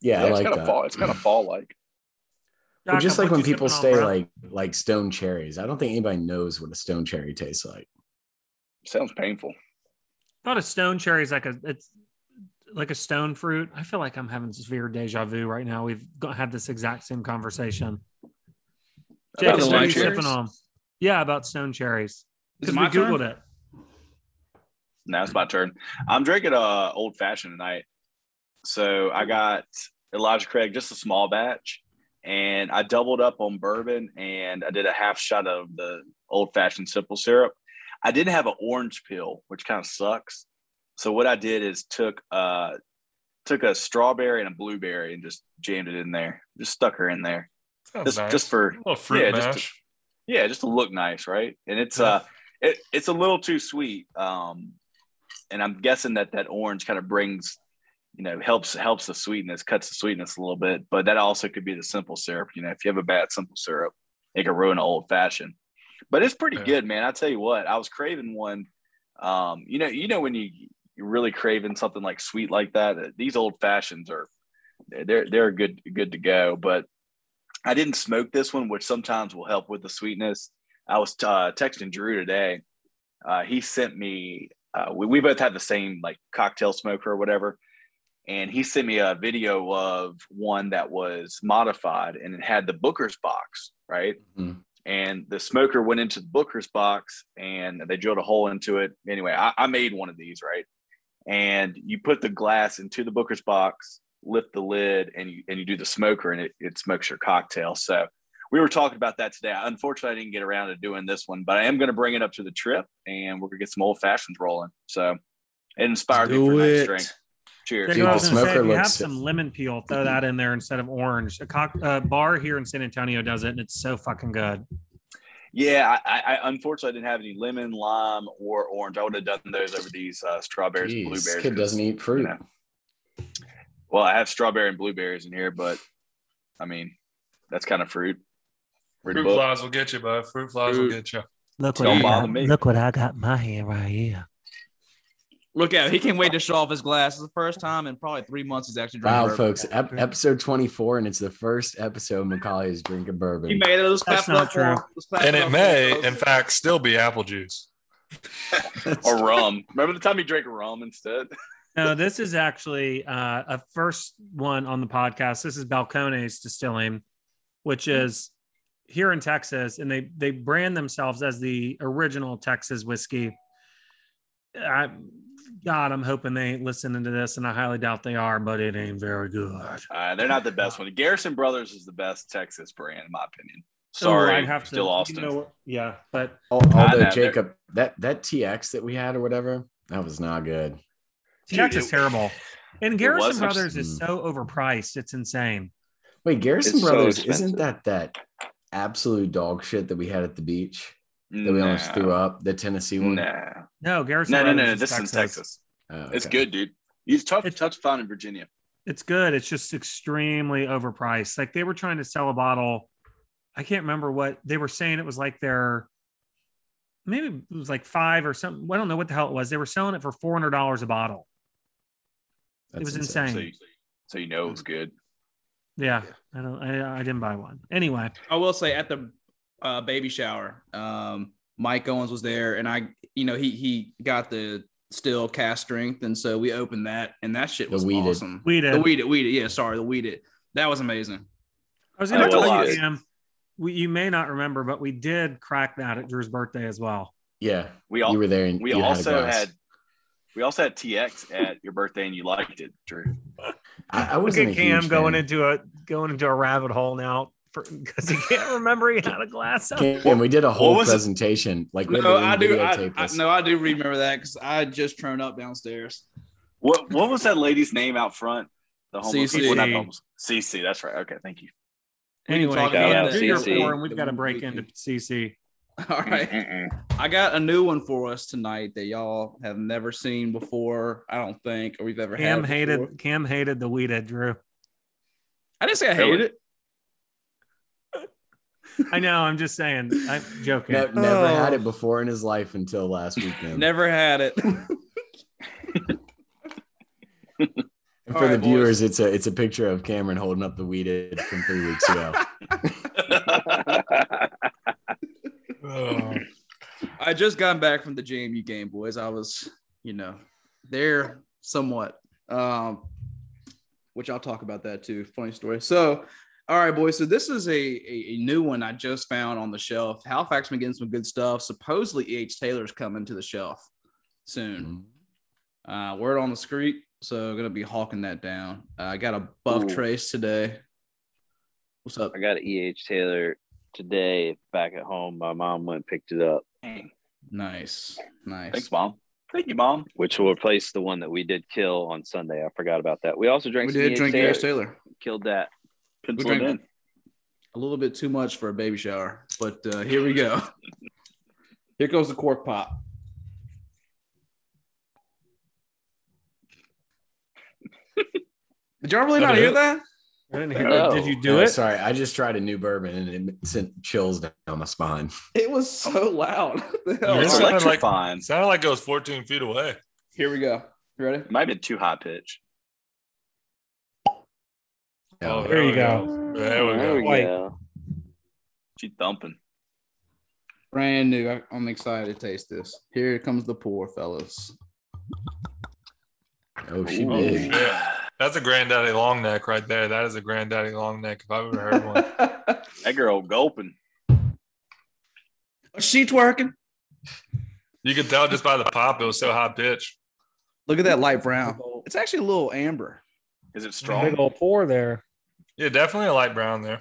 Speaker 6: Yeah, I
Speaker 3: it's
Speaker 6: like
Speaker 3: kind
Speaker 6: that.
Speaker 3: of fall. It's kind of fall like.
Speaker 6: Well,
Speaker 8: Doc,
Speaker 6: just
Speaker 8: I'm
Speaker 6: like
Speaker 8: put
Speaker 6: when
Speaker 8: you
Speaker 6: people
Speaker 8: sipping
Speaker 6: say
Speaker 8: on brown.
Speaker 6: like like stone cherries, I don't think anybody knows what a stone cherry tastes like.
Speaker 3: Sounds painful.
Speaker 8: I thought a stone cherry is like a it's like a stone fruit. I feel like I'm having severe deja vu right now. We've got, had this exact same conversation.
Speaker 3: About
Speaker 8: Jacob,
Speaker 4: the
Speaker 8: what are you
Speaker 4: lime cherries?
Speaker 8: sipping on? Yeah, about stone cherries.
Speaker 4: Is it
Speaker 8: Because we
Speaker 4: my turn?
Speaker 8: googled it.
Speaker 3: Now it's my turn. I'm drinking a old fashioned tonight. So I got Elijah Craig, just a small batch, and I doubled up on bourbon and I did a half shot of the old fashioned simple syrup. I didn't have an orange peel, which kind of sucks. So what I did is took uh took a strawberry and a blueberry and just jammed it in there. Just stuck her in there.
Speaker 1: Sounds
Speaker 3: Just
Speaker 1: nice.
Speaker 3: just for
Speaker 1: a little fruit
Speaker 3: yeah, just
Speaker 1: mash.
Speaker 3: to- yeah, just to look nice, right? And it's
Speaker 1: Yeah.
Speaker 3: uh, it, it's a little too sweet. Um, and I'm guessing that that orange kind of brings, you know, helps helps the sweetness, cuts the sweetness a little bit. But that also could be the simple syrup. You know, if you have a bad simple syrup, it could ruin an old fashioned. But it's pretty
Speaker 1: Yeah.
Speaker 3: good, man. I tell you what, I was craving one. Um, you know, you know when you you're really craving something like sweet like that. uh, These old fashions are they're they're good good to go. But I didn't smoke this one, which sometimes will help with the sweetness. I was uh, texting Drew today. Uh, he sent me. Uh, we, we both had the same like cocktail smoker or whatever, and he sent me a video of one that was modified and it had the Booker's box, right?
Speaker 6: Mhm.
Speaker 3: And the smoker went into the Booker's box and they drilled a hole into it. Anyway, I, I made one of these, right? And you put the glass into the Booker's box, lift the lid, and you and you do the smoker, and it, it smokes your cocktail. So we were talking about that today. Unfortunately, I didn't get around to doing this one, but I am going to bring it up to the trip, and we're going to get some old fashions rolling. So it inspired me
Speaker 1: Do
Speaker 3: for
Speaker 1: it.
Speaker 3: tonight's drink. Cheers.
Speaker 8: That's
Speaker 6: Dude,
Speaker 8: what I
Speaker 6: the
Speaker 8: was gonna say,
Speaker 6: smoker
Speaker 8: if you have
Speaker 6: looks-
Speaker 8: some lemon peel, throw that in there instead of orange. A cock, a bar here in San Antonio does it, and it's so fucking good.
Speaker 3: Yeah, I, I- I unfortunately didn't have any lemon, lime, or orange. I would have done those over these uh, strawberries and
Speaker 6: Jeez,
Speaker 3: blueberries.
Speaker 6: this kid doesn't
Speaker 3: 'cause,
Speaker 6: eat fruit.
Speaker 3: know. Well, I have strawberry and blueberries in here, but I mean, that's kind of fruit. Read a
Speaker 1: Fruit
Speaker 3: book.
Speaker 1: flies will get you, bud. Fruit flies will get you.
Speaker 8: Look
Speaker 3: Don't bother me.
Speaker 8: Look what I got in my hand right here.
Speaker 4: Look out! He can't wait to show off his glasses. The first time in probably three months, he's actually drinking.
Speaker 6: Wow,
Speaker 4: bourbon.
Speaker 6: folks, ep- episode 24, and it's the first episode Macaulay is drinking bourbon. [LAUGHS]
Speaker 4: He made it. Let's clap
Speaker 8: That's
Speaker 4: it up
Speaker 8: not
Speaker 4: for him.
Speaker 8: true.
Speaker 4: Let's clap
Speaker 1: [LAUGHS] And
Speaker 4: up
Speaker 1: it
Speaker 4: for
Speaker 1: may,
Speaker 4: him.
Speaker 1: in fact, still be apple juice.
Speaker 3: or rum. Remember the time he drank rum instead?
Speaker 8: No, this is actually uh, a first one on the podcast. This is Balcones Distilling, which is here in Texas, and they they brand themselves as the original Texas whiskey. I, God, I'm hoping they ain't listening to this, and I highly doubt they are, but it ain't very good.
Speaker 3: Uh, they're not the best one. Garrison Brothers is the best Texas brand, in my opinion. Sorry,
Speaker 8: Oh, I'd have to-
Speaker 3: still Austin.
Speaker 8: you know, yeah, but
Speaker 6: Al-
Speaker 3: I
Speaker 6: Although
Speaker 3: know,
Speaker 6: Jacob, that that TX that we had or whatever, that was not good.
Speaker 3: Dude,
Speaker 8: Jack is
Speaker 3: it-
Speaker 8: terrible. And
Speaker 3: was
Speaker 8: Garrison
Speaker 3: abs-
Speaker 8: Brothers is so overpriced; it's insane.
Speaker 6: Mm. Wait, Garrison
Speaker 5: It's so
Speaker 6: Brothers,
Speaker 5: expensive.
Speaker 6: isn't that that absolute dog shit that we had at the beach that we almost
Speaker 3: Nah.
Speaker 6: threw up? The Tennessee one.
Speaker 3: Nah.
Speaker 8: No, Garrison.
Speaker 3: No, no,
Speaker 8: Brothers
Speaker 3: no, no. This is in Texas.
Speaker 6: Oh,
Speaker 3: It's
Speaker 6: okay.
Speaker 3: good, dude. It's tough,
Speaker 8: It's-
Speaker 3: tough to find in Virginia.
Speaker 8: It's good. It's just extremely overpriced. Like they were trying to sell a bottle. I can't remember what they were saying. It was like their maybe it was like five or something. I don't know what the hell it was. They were selling it for four hundred dollars a bottle. it was insane.
Speaker 3: So you, so you know it was good.
Speaker 8: Yeah, I don't. I, I didn't buy one anyway.
Speaker 4: I will say at the uh, baby shower, um, Mike Owens was there, and I, you know, he he got the still cast strength, and so we opened that, and that shit
Speaker 6: The
Speaker 4: was
Speaker 6: weeded.
Speaker 4: awesome.
Speaker 8: We did.
Speaker 4: The weed it, weed it. Yeah, sorry, the weed it. That was amazing.
Speaker 8: I was
Speaker 3: I
Speaker 8: going to tell
Speaker 3: realized-
Speaker 8: you, Sam. We, you may not remember, but we did crack that at Drew's birthday as well.
Speaker 6: Yeah,
Speaker 3: We all
Speaker 6: you were there, and
Speaker 3: we
Speaker 6: you had a
Speaker 3: also
Speaker 6: glass.
Speaker 3: had we also had TX at your birthday and you liked it, Drew.
Speaker 6: I, I
Speaker 8: Look
Speaker 6: wasn't
Speaker 8: at
Speaker 6: a
Speaker 8: Cam
Speaker 6: huge
Speaker 8: going
Speaker 6: fan.
Speaker 8: into a going into a rabbit hole now [LAUGHS] because he can't remember he had a glass. Of.
Speaker 6: Cam, we did a whole
Speaker 3: was it?
Speaker 6: presentation. Like, we had
Speaker 4: No,
Speaker 6: to
Speaker 4: I do. I,
Speaker 6: videotape
Speaker 4: I,
Speaker 6: this.
Speaker 4: no, I do remember that because I just turned up downstairs. [LAUGHS]
Speaker 3: What what was that lady's name out front? The homeless
Speaker 4: CC.
Speaker 3: well, not homeless. CC, that's right. Okay, thank you.
Speaker 4: We can
Speaker 8: Anyway,
Speaker 4: talk
Speaker 5: Cam,
Speaker 8: Cam,
Speaker 4: about
Speaker 5: out
Speaker 8: do
Speaker 4: that.
Speaker 8: your
Speaker 5: CC.
Speaker 8: four, and we've got to break into CC.
Speaker 4: All right.
Speaker 3: Mm-mm.
Speaker 4: I got a new one for us tonight that y'all have never seen before. I don't think, or we've ever
Speaker 8: Cam
Speaker 4: had. before.
Speaker 8: hated Cam hated the weeded Drew.
Speaker 4: I didn't say I
Speaker 3: Really?
Speaker 4: hated it.
Speaker 8: I know. I'm just saying. I'm
Speaker 6: [LAUGHS]
Speaker 8: joking.
Speaker 6: Ne- Never
Speaker 4: Oh.
Speaker 6: had it before in his life until last weekend.
Speaker 4: Never had it.
Speaker 6: And for the
Speaker 4: Alright, boys.
Speaker 6: viewers, it's a it's a picture of Cameron holding up the weeded from three
Speaker 4: [LAUGHS]
Speaker 6: weeks ago.
Speaker 1: Oh,
Speaker 4: I just got back from the JMU game, boys. I was, you know, there somewhat, um, which I'll talk about that too. Funny story. So, all right, boys. So this is a, a, a new one I just found on the shelf. Halifax been getting some good stuff. Supposedly, E.H. Taylor's coming to the shelf
Speaker 6: Mm-hmm.
Speaker 4: soon. Uh, word on the street. So gonna be hawking that down. Uh, I got a buff
Speaker 5: Ooh.
Speaker 4: trace today. What's up?
Speaker 5: I got an EH Taylor today back at home. My mom went and picked it up,
Speaker 3: Dang.
Speaker 4: Nice, nice.
Speaker 3: Thanks, Mom. Thank you, Mom.
Speaker 5: which will replace the one that we did kill on Sunday. I forgot about that. We also drank
Speaker 4: we
Speaker 5: some
Speaker 4: did
Speaker 5: EH
Speaker 4: drink
Speaker 5: Taylor.
Speaker 4: E.H. Taylor.
Speaker 5: Killed that.
Speaker 3: Pencil
Speaker 4: drank-
Speaker 3: it in.
Speaker 4: a little bit too much for a baby shower, but uh, here we [LAUGHS] go. here goes the cork [LAUGHS] pop. Did y'all really not hear that?
Speaker 8: I didn't hear
Speaker 5: Oh,
Speaker 8: that. Did you do
Speaker 6: No,
Speaker 8: it?
Speaker 6: Uh, Sorry, I just tried a new bourbon and it sent chills down my spine.
Speaker 4: It was so loud. [LAUGHS] The hell?
Speaker 1: Oh,
Speaker 3: it's
Speaker 4: All right,
Speaker 1: it sounded like-
Speaker 3: electrifying.
Speaker 1: it sounded like it was 14 feet away.
Speaker 4: Here we go. You ready?
Speaker 3: It might have been too high pitch.
Speaker 1: Oh,
Speaker 6: Yeah.
Speaker 8: There you
Speaker 1: we
Speaker 8: go.
Speaker 1: There we
Speaker 5: [LAUGHS] There
Speaker 1: go.
Speaker 5: we
Speaker 8: Like-
Speaker 5: go.
Speaker 3: She thumping.
Speaker 4: Brand new. I- I'm excited to taste this. Here comes the poor fellas.
Speaker 6: Oh, she
Speaker 1: Oh,
Speaker 6: did.
Speaker 1: shit. That's a granddaddy long neck right there. That is a granddaddy long neck if I've ever heard [LAUGHS] one.
Speaker 4: [LAUGHS]
Speaker 3: That girl gulping.
Speaker 4: she twerking.
Speaker 1: You could tell just by the pop, it was so high pitched.
Speaker 4: Look at that light brown. It's actually a little amber.
Speaker 3: Is it
Speaker 8: Big
Speaker 3: strong?
Speaker 8: old pour there.
Speaker 1: Yeah, definitely a light brown there.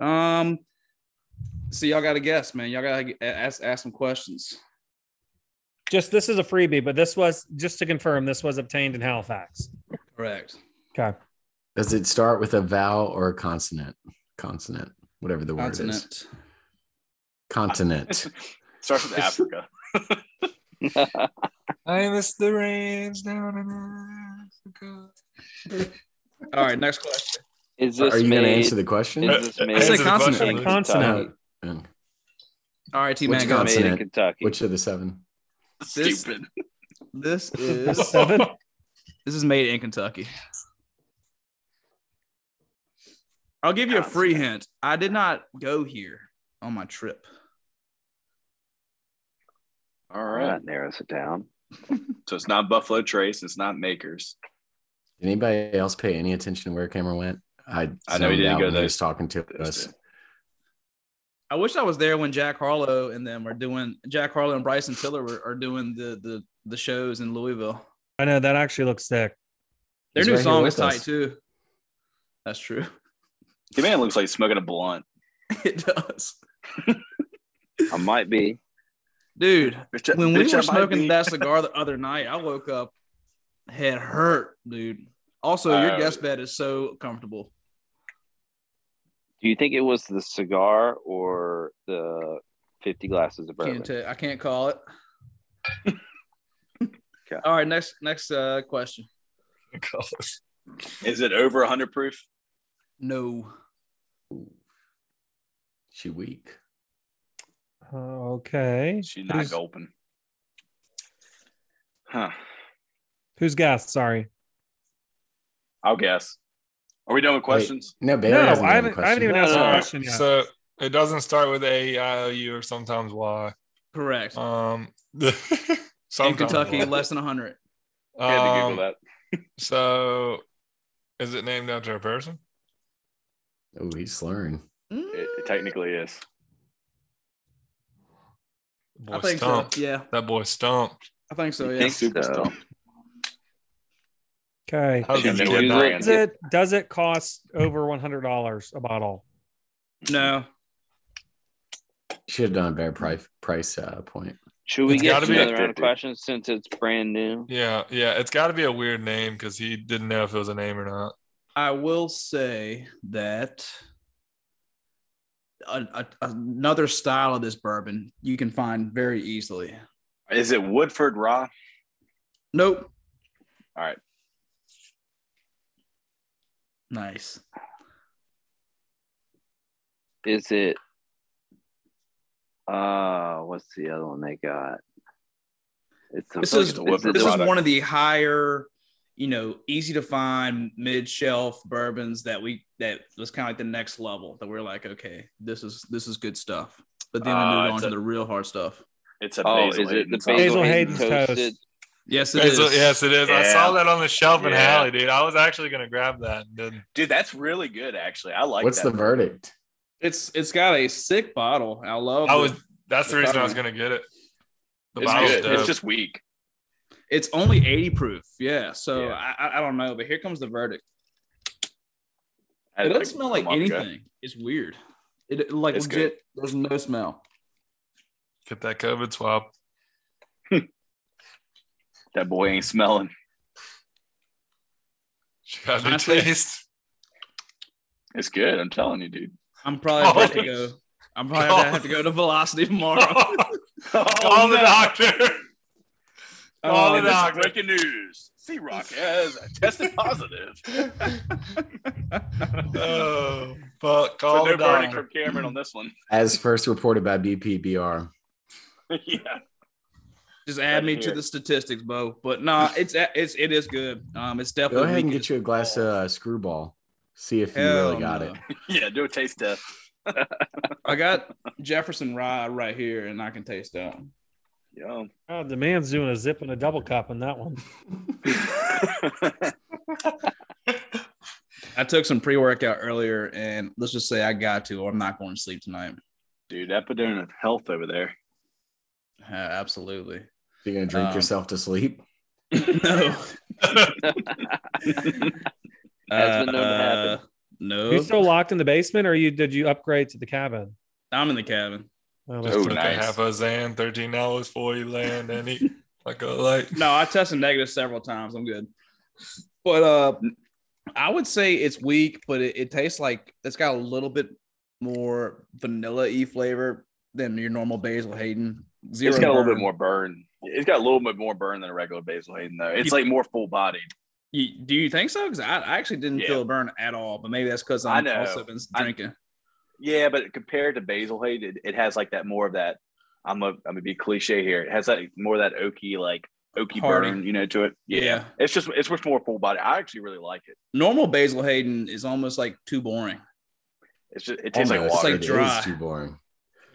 Speaker 4: Um, so y'all got to guess, man. Y'all got to ask ask some questions.
Speaker 8: Just this is a freebie, but this was just to confirm this was obtained in Halifax.
Speaker 4: Correct.
Speaker 8: Okay.
Speaker 6: Does it start with a vowel or a consonant? Consonant, whatever the word is.
Speaker 4: Continent.
Speaker 6: Continent.
Speaker 3: Starts with Africa.
Speaker 1: I miss the rains down in Africa.
Speaker 4: All right, next question.
Speaker 5: Is this
Speaker 6: Are you going to
Speaker 5: made-
Speaker 6: answer the question?
Speaker 5: Is this
Speaker 1: Uh,
Speaker 5: made
Speaker 1: answer
Speaker 5: in
Speaker 1: the
Speaker 4: consonant.
Speaker 1: question,
Speaker 8: It's
Speaker 1: Luke.
Speaker 8: a consonant.
Speaker 5: Kentucky?
Speaker 6: Mm.
Speaker 4: All right, T
Speaker 6: What's
Speaker 4: man,
Speaker 5: Is it
Speaker 4: go.
Speaker 6: consonant?
Speaker 5: made in Kentucky?
Speaker 6: Which of the seven?
Speaker 4: This-
Speaker 3: Stupid.
Speaker 4: [LAUGHS] This is
Speaker 8: Seven.
Speaker 4: this is made in Kentucky. I'll give you a free hint. I did not go here on my trip.
Speaker 3: All
Speaker 5: All
Speaker 3: right.
Speaker 5: right, narrows it down.
Speaker 3: So it's not Buffalo Trace. It's not Makers.
Speaker 6: Did anybody else pay any attention to where Cameron went? I,
Speaker 3: I know he
Speaker 6: zoned
Speaker 3: didn't
Speaker 6: out
Speaker 3: go
Speaker 6: when
Speaker 3: those-
Speaker 6: He was talking to us.
Speaker 4: I wish I was there when Jack Harlow and them are doing Jack Harlow and Bryson Tiller are, are doing the the the shows in Louisville.
Speaker 8: I know that actually looks sick.
Speaker 4: Their
Speaker 6: He's
Speaker 4: new
Speaker 6: right here
Speaker 4: song
Speaker 6: with
Speaker 4: is tight
Speaker 6: us.
Speaker 4: too. That's true. [LAUGHS]
Speaker 3: The man looks like he's smoking a blunt.
Speaker 4: It does.
Speaker 5: I might be.
Speaker 4: Dude,
Speaker 3: Bitch,
Speaker 4: when we were
Speaker 3: bitch, I might
Speaker 4: smoking
Speaker 3: be-
Speaker 4: that cigar the other night, I woke up head hurt, dude. Also, your
Speaker 6: Uh,
Speaker 3: Oh.
Speaker 4: guest bed is so comfortable.
Speaker 5: Do you think it was the cigar or the fifty glasses of bourbon?
Speaker 4: Can't tell. I can't call it.
Speaker 6: [LAUGHS]
Speaker 5: Okay.
Speaker 4: All right, next next uh, question.
Speaker 3: Is it over 100 proof?
Speaker 4: No,
Speaker 6: She weak.
Speaker 8: Okay.
Speaker 3: She's not
Speaker 8: Who's-
Speaker 3: gulping. Huh.
Speaker 8: Who's guest? Sorry.
Speaker 3: I'll guess. Are we done with questions?
Speaker 6: No, Bailey
Speaker 8: no,
Speaker 6: hasn't
Speaker 8: I
Speaker 6: done
Speaker 8: haven't,
Speaker 6: the
Speaker 8: I haven't even asked
Speaker 6: question.
Speaker 8: a
Speaker 5: No, no,
Speaker 8: question yet.
Speaker 1: So it doesn't start with A, E I, O, U, or sometimes Y.
Speaker 4: correct.
Speaker 1: Um, [LAUGHS]
Speaker 4: in
Speaker 1: sometimes
Speaker 4: Kentucky,
Speaker 1: Y.
Speaker 4: less than hundred.
Speaker 3: I had to
Speaker 1: Um,
Speaker 3: Google that.
Speaker 1: So is it named after a person?
Speaker 6: Oh, he's slurring.
Speaker 3: It, it technically is.
Speaker 1: Boy
Speaker 4: I think so.
Speaker 1: stumped.
Speaker 4: Yeah,
Speaker 1: That boy stumped.
Speaker 4: I think so.
Speaker 5: You
Speaker 4: Yeah.
Speaker 5: think so?
Speaker 8: Okay.
Speaker 1: How's
Speaker 3: Yeah,
Speaker 1: he
Speaker 3: they
Speaker 1: get
Speaker 3: were
Speaker 1: that?
Speaker 5: great.
Speaker 8: Does it does it cost over one hundred dollars a bottle?
Speaker 4: No,
Speaker 6: Should have done a better price price uh, point.
Speaker 5: Should we
Speaker 1: It's
Speaker 5: get
Speaker 1: gotta be
Speaker 5: another
Speaker 3: a
Speaker 5: round of
Speaker 3: 50.
Speaker 5: questions since it's brand new?
Speaker 1: Yeah, yeah. It's got to be a weird name because he didn't know if it was a name or not.
Speaker 4: I will say that a, a, another style of this bourbon you can find very easily.
Speaker 3: Is it Woodford Raw?
Speaker 4: Nope.
Speaker 3: All right.
Speaker 4: Nice.
Speaker 5: Is it? Uh, what's the other one they got? It's a,
Speaker 4: This
Speaker 3: feel like
Speaker 4: is
Speaker 3: it's a Woodford
Speaker 4: this is
Speaker 3: product.
Speaker 4: one of the higher, you know, easy to find mid shelf bourbons that we that was kind of like the next level that we're like, okay, this is this is good stuff. But then we
Speaker 3: Uh,
Speaker 4: moved on
Speaker 3: it's
Speaker 4: to
Speaker 3: a-
Speaker 4: the real hard stuff.
Speaker 3: It's a
Speaker 5: oh,
Speaker 3: Basil
Speaker 5: is it the
Speaker 3: Hayden.
Speaker 5: Basil
Speaker 8: Basil
Speaker 5: Hayden
Speaker 8: Hayden's toast.
Speaker 5: toasted?
Speaker 4: Yes, it is.
Speaker 1: It's- yes, it is. I
Speaker 3: Yeah.
Speaker 1: saw that on the shelf in
Speaker 3: Yeah.
Speaker 1: Hallie, dude. I was actually gonna grab that. And didn't.
Speaker 3: Dude, that's really good, actually. I like
Speaker 6: What's
Speaker 3: that.
Speaker 6: the verdict?
Speaker 4: It's it's got a sick bottle. I love
Speaker 1: I
Speaker 4: it.
Speaker 1: was. That's the
Speaker 4: The
Speaker 1: reason I was
Speaker 4: bottom.
Speaker 1: gonna get it. The
Speaker 3: it's,
Speaker 1: bottle's
Speaker 3: good.
Speaker 1: dope.
Speaker 3: it's just weak.
Speaker 4: It's only 80 proof. Yeah. So
Speaker 3: Yeah.
Speaker 4: I I, I don't know, but here comes the verdict.
Speaker 3: I
Speaker 4: it
Speaker 3: had
Speaker 4: doesn't
Speaker 3: a
Speaker 4: smell like
Speaker 3: month ago.
Speaker 4: anything. It's weird. It like
Speaker 3: It's
Speaker 4: legit. There's no smell.
Speaker 1: get that COVID [LAUGHS] swab.
Speaker 3: That boy ain't smelling.
Speaker 1: She got a new
Speaker 4: Honestly.
Speaker 3: [LAUGHS]
Speaker 1: taste.
Speaker 3: It's good. I'm telling you, dude.
Speaker 4: I'm probably about to
Speaker 1: Golly.
Speaker 4: go. I'm probably gonna have to go to Velocity
Speaker 1: [LAUGHS]
Speaker 4: tomorrow.
Speaker 3: Oh,
Speaker 1: Call the doctor. [LAUGHS] Call
Speaker 3: Oh,
Speaker 1: the
Speaker 3: this is
Speaker 1: doctor.
Speaker 3: breaking news. C [LAUGHS] Rock has tested positive. [LAUGHS]
Speaker 1: [LAUGHS] Oh, fuck.
Speaker 3: So
Speaker 1: Call
Speaker 3: no
Speaker 1: the
Speaker 3: verdict
Speaker 1: doctor.
Speaker 3: from Cameron on this one.
Speaker 6: As first reported
Speaker 3: [LAUGHS]
Speaker 6: by BPBR.
Speaker 3: yeah.
Speaker 4: Just add me to
Speaker 3: Here.
Speaker 4: the statistics, Bo. But nah, it's it's it is good. Um, it's
Speaker 6: Go
Speaker 4: definitely.
Speaker 6: ahead and
Speaker 4: weak
Speaker 6: get
Speaker 4: as
Speaker 6: you a glass
Speaker 4: balls.
Speaker 6: of uh, screwball. See if you
Speaker 4: Hell
Speaker 6: really got
Speaker 4: no.
Speaker 6: it.
Speaker 3: Yeah, do a taste test.
Speaker 4: I got Jefferson Rye right here, and I can taste that. one.
Speaker 5: Yo.
Speaker 8: Oh, the man's doing a zip and a double cup on that one.
Speaker 4: I took some pre-workout earlier, and let's just say I got to, or I'm not going to sleep tonight.
Speaker 3: [LAUGHS] Dude, epidemic of health over there.
Speaker 4: Uh, absolutely.
Speaker 6: You're gonna drink
Speaker 4: Um,
Speaker 6: yourself to sleep.
Speaker 4: no.
Speaker 5: Has been known to happen.
Speaker 4: Uh, no.
Speaker 8: You still locked in the basement, or you did you upgrade to the cabin?
Speaker 4: I'm in the cabin.
Speaker 8: Oh,
Speaker 1: Just
Speaker 3: Oh,
Speaker 1: took
Speaker 3: nice.
Speaker 1: a half a Zan, thirteen dollars for you land and
Speaker 3: [LAUGHS]
Speaker 1: eat like a light.
Speaker 4: No, I tested negative several times. I'm good. But uh, I would say it's weak, but it, it tastes like it's got a little bit more vanilla y flavor than your normal basil Hayden. Zero.
Speaker 3: it's got a little
Speaker 4: burn.
Speaker 3: bit more burn. It's got a little bit more burn than a regular basil Hayden, though. It's
Speaker 4: You-
Speaker 3: like more full bodied.
Speaker 4: You- do you think so? Because I, I actually didn't
Speaker 3: Yeah.
Speaker 4: feel a burn at all, but maybe that's because
Speaker 3: I
Speaker 4: I'm
Speaker 3: know.
Speaker 4: also been
Speaker 3: I-
Speaker 4: drinking.
Speaker 3: Yeah, but compared to basil Hayden, it, it has like that more of that. I'm a, I'm gonna be cliche here. It has that more of that oaky like oaky
Speaker 4: Hearty.
Speaker 3: burn, you know, to it.
Speaker 4: Yeah.
Speaker 3: it's just it's much more full body. I actually really like it.
Speaker 4: Normal basil Hayden is almost like too boring.
Speaker 3: It's just it tastes like
Speaker 6: Almost.
Speaker 3: water.
Speaker 4: like
Speaker 6: It Oh, is
Speaker 4: dry.
Speaker 6: too boring.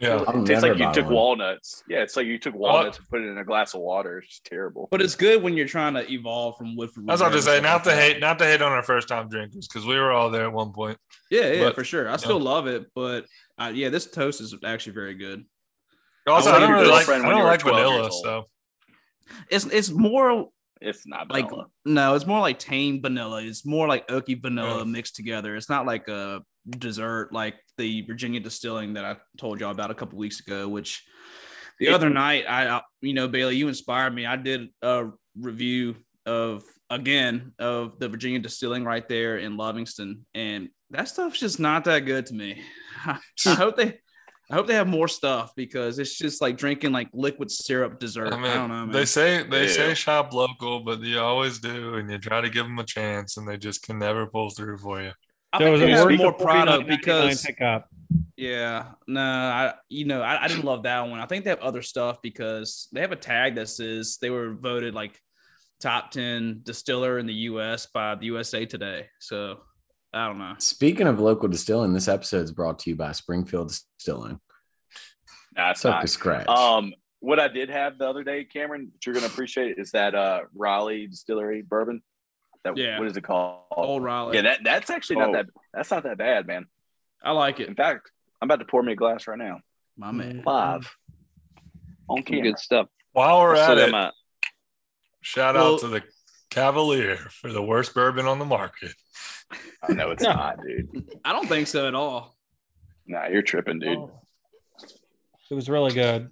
Speaker 1: Yeah.
Speaker 6: I'll
Speaker 3: it tastes like
Speaker 6: never
Speaker 3: you
Speaker 6: buy
Speaker 3: took
Speaker 6: one.
Speaker 3: walnuts. Yeah, it's like you took walnuts and put it in a glass of water. It's just terrible.
Speaker 4: But it's good when you're trying to evolve from Woodford.
Speaker 1: That's what
Speaker 4: Reserve
Speaker 1: I'm just
Speaker 4: or something
Speaker 1: saying. Not to
Speaker 4: like that.
Speaker 1: hate, not to hate on our first time drinkers, because we were all there at one point.
Speaker 4: Yeah, yeah,
Speaker 1: But-
Speaker 4: for sure. I still love it, but uh, yeah, this toast is actually very good.
Speaker 1: Also, I,
Speaker 4: like
Speaker 1: don't
Speaker 4: your
Speaker 1: really like. I
Speaker 3: girlfriend when you
Speaker 1: don't
Speaker 3: were
Speaker 1: like
Speaker 3: 12 years
Speaker 1: vanilla,
Speaker 3: old.
Speaker 1: so
Speaker 4: It's it's more
Speaker 3: It's not
Speaker 4: like
Speaker 3: vanilla.
Speaker 4: no, it's more like tame vanilla. It's more like oaky vanilla
Speaker 1: Yeah.
Speaker 4: mixed together. It's not like a dessert like the Virginia distilling that I told y'all about a couple weeks ago. Which the
Speaker 3: It-
Speaker 4: other night, I, I you know Bailey, you inspired me. I did a review of again of the Virginia distilling right there in Lovingston, and that stuff's just not that good to me. [LAUGHS] I hope they. I hope they have more stuff because it's just like drinking like liquid syrup dessert.
Speaker 1: I
Speaker 4: I,
Speaker 1: mean,
Speaker 4: don't know. Man.
Speaker 1: they say they
Speaker 3: Yeah.
Speaker 1: say shop local, but you always do, and you try to give them a chance, and they just can never pull through for you.
Speaker 4: I
Speaker 8: There
Speaker 4: think
Speaker 8: was a
Speaker 4: they have
Speaker 8: word
Speaker 4: more
Speaker 8: more
Speaker 4: product because
Speaker 8: pickup.
Speaker 4: yeah, no, I you know I, I didn't love that one. I think they have other stuff because they have a tag that says they were voted like top ten distiller in the U.S. by the USA Today. So I don't know.
Speaker 6: Speaking of local distilling, this episode is brought to you by Springfield Distilling.
Speaker 3: Nah, it's
Speaker 6: It's up
Speaker 3: not.
Speaker 6: to scratch.
Speaker 3: Um, what I did have the other day, Cameron, that you're gonna appreciate is that uh Raleigh Distillery bourbon. That
Speaker 4: Yeah.
Speaker 3: what is it called?
Speaker 4: Old Raleigh,
Speaker 3: yeah, that, that's actually not
Speaker 5: Oh.
Speaker 3: that that's not that bad, man.
Speaker 4: I like
Speaker 3: In
Speaker 4: it.
Speaker 3: fact, I'm about to pour me a glass right now.
Speaker 4: My man,
Speaker 3: Mm, Live. On
Speaker 5: Some
Speaker 3: camera.
Speaker 4: [LAUGHS]
Speaker 5: good stuff. [LAUGHS]
Speaker 1: While we're
Speaker 5: Still
Speaker 1: at
Speaker 5: got
Speaker 1: it,
Speaker 5: my-
Speaker 1: shout
Speaker 4: Well-
Speaker 1: out to the Cavalier for the worst bourbon on the market. [LAUGHS]
Speaker 3: Oh, no, it's not, dude.
Speaker 4: I don't think so at all.
Speaker 3: Nah, you're tripping, dude.
Speaker 8: It was really good.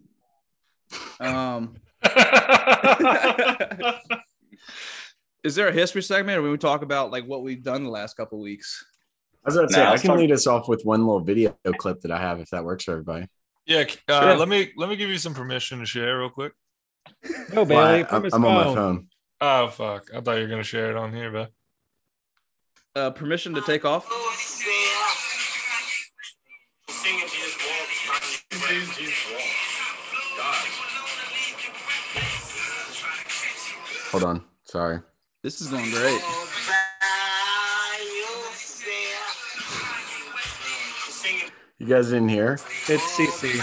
Speaker 4: Um, is there a history segment, or we would talk about like what we've done the last couple of weeks?
Speaker 6: I was going to say,
Speaker 3: Nah,
Speaker 6: I
Speaker 3: let's
Speaker 6: can
Speaker 3: talk-
Speaker 6: lead us off with one little video clip that I have if that works for everybody.
Speaker 1: yeah, uh,
Speaker 3: Sure.
Speaker 1: let me let me give you some permission to share real quick.
Speaker 8: No,
Speaker 6: Well,
Speaker 8: Bailey,
Speaker 6: I-
Speaker 8: from his
Speaker 6: I'm
Speaker 8: phone.
Speaker 6: on my phone.
Speaker 1: Oh fuck! I thought you were gonna share it on here, but
Speaker 4: Uh, permission to take off.
Speaker 6: Hold on. Sorry.
Speaker 4: This is going great.
Speaker 6: You guys didn't hear?
Speaker 8: It's CC.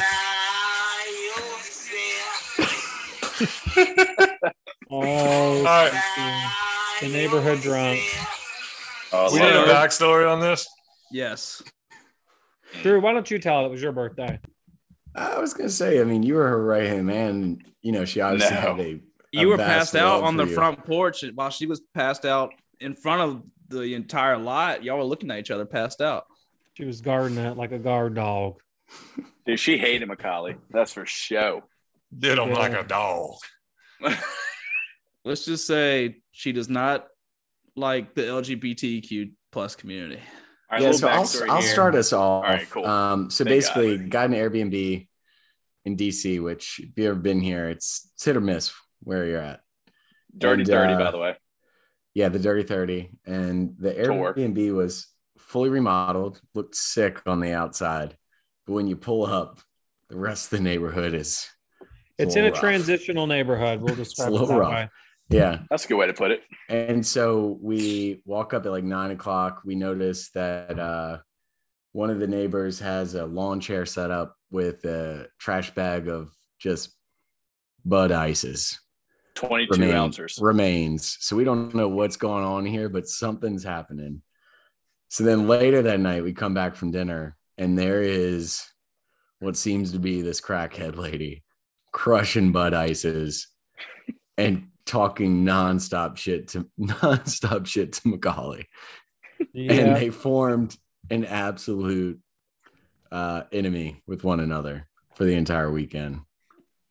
Speaker 1: all
Speaker 8: Oh,
Speaker 1: right,
Speaker 8: the neighborhood drunk.
Speaker 3: Oh,
Speaker 1: we
Speaker 4: Well-
Speaker 1: need a
Speaker 3: Lord.
Speaker 1: backstory on this.
Speaker 4: Yes.
Speaker 8: Drew, why don't you tell it was your birthday?
Speaker 6: I was going to say, I mean, you were her right hand man. You know, she obviously
Speaker 3: No.
Speaker 6: had a.
Speaker 4: you were
Speaker 6: vast
Speaker 4: passed out
Speaker 6: love
Speaker 4: on
Speaker 6: for
Speaker 4: the
Speaker 6: you.
Speaker 4: front porch and while she was passed out in front of the entire lot y'all were looking at each other passed out
Speaker 8: She was guarding it like a guard dog.
Speaker 3: Dude, she hated Macaulay. That's for show. [LAUGHS]
Speaker 1: Did him
Speaker 8: Yeah.
Speaker 1: like a dog.
Speaker 4: let's just say she does not like the lgbtq plus community
Speaker 3: All right,
Speaker 6: yeah,
Speaker 3: little
Speaker 6: so I'll,
Speaker 3: backstory
Speaker 6: I'll
Speaker 3: here.
Speaker 6: start us off.
Speaker 3: All right, cool.
Speaker 6: Um, so
Speaker 3: Thank
Speaker 6: basically, got an Airbnb in DC, which if you ever been here, it's, it's hit or miss where you're at.
Speaker 3: Dirty,
Speaker 6: and,
Speaker 3: dirty,
Speaker 6: uh,
Speaker 3: by the way.
Speaker 6: Yeah, the Dirty 30. And the
Speaker 3: Tour.
Speaker 6: Airbnb was fully remodeled, looked sick on the outside. But when you pull up, the rest of the neighborhood is.
Speaker 8: It's in
Speaker 6: little
Speaker 8: a
Speaker 6: rough.
Speaker 8: transitional neighborhood.
Speaker 6: [LAUGHS]
Speaker 8: We'll describe
Speaker 6: little
Speaker 8: it that
Speaker 6: rough.
Speaker 8: way.
Speaker 6: Yeah.
Speaker 3: That's a good way to put it.
Speaker 6: And so we walk up at like nine o'clock. We notice that uh, one of the neighbors has a lawn chair set up with a trash bag of just Bud Ices
Speaker 3: 22
Speaker 6: remain-
Speaker 3: ounces.
Speaker 6: remains. So we don't know what's going on here, but something's happening. So then later that night, we come back from dinner, and there is what seems to be this crackhead lady crushing Bud Ices and talking nonstop shit to [LAUGHS] nonstop shit to Macaulay [LAUGHS] and they formed an absolute uh, enemy with one another for the entire weekend.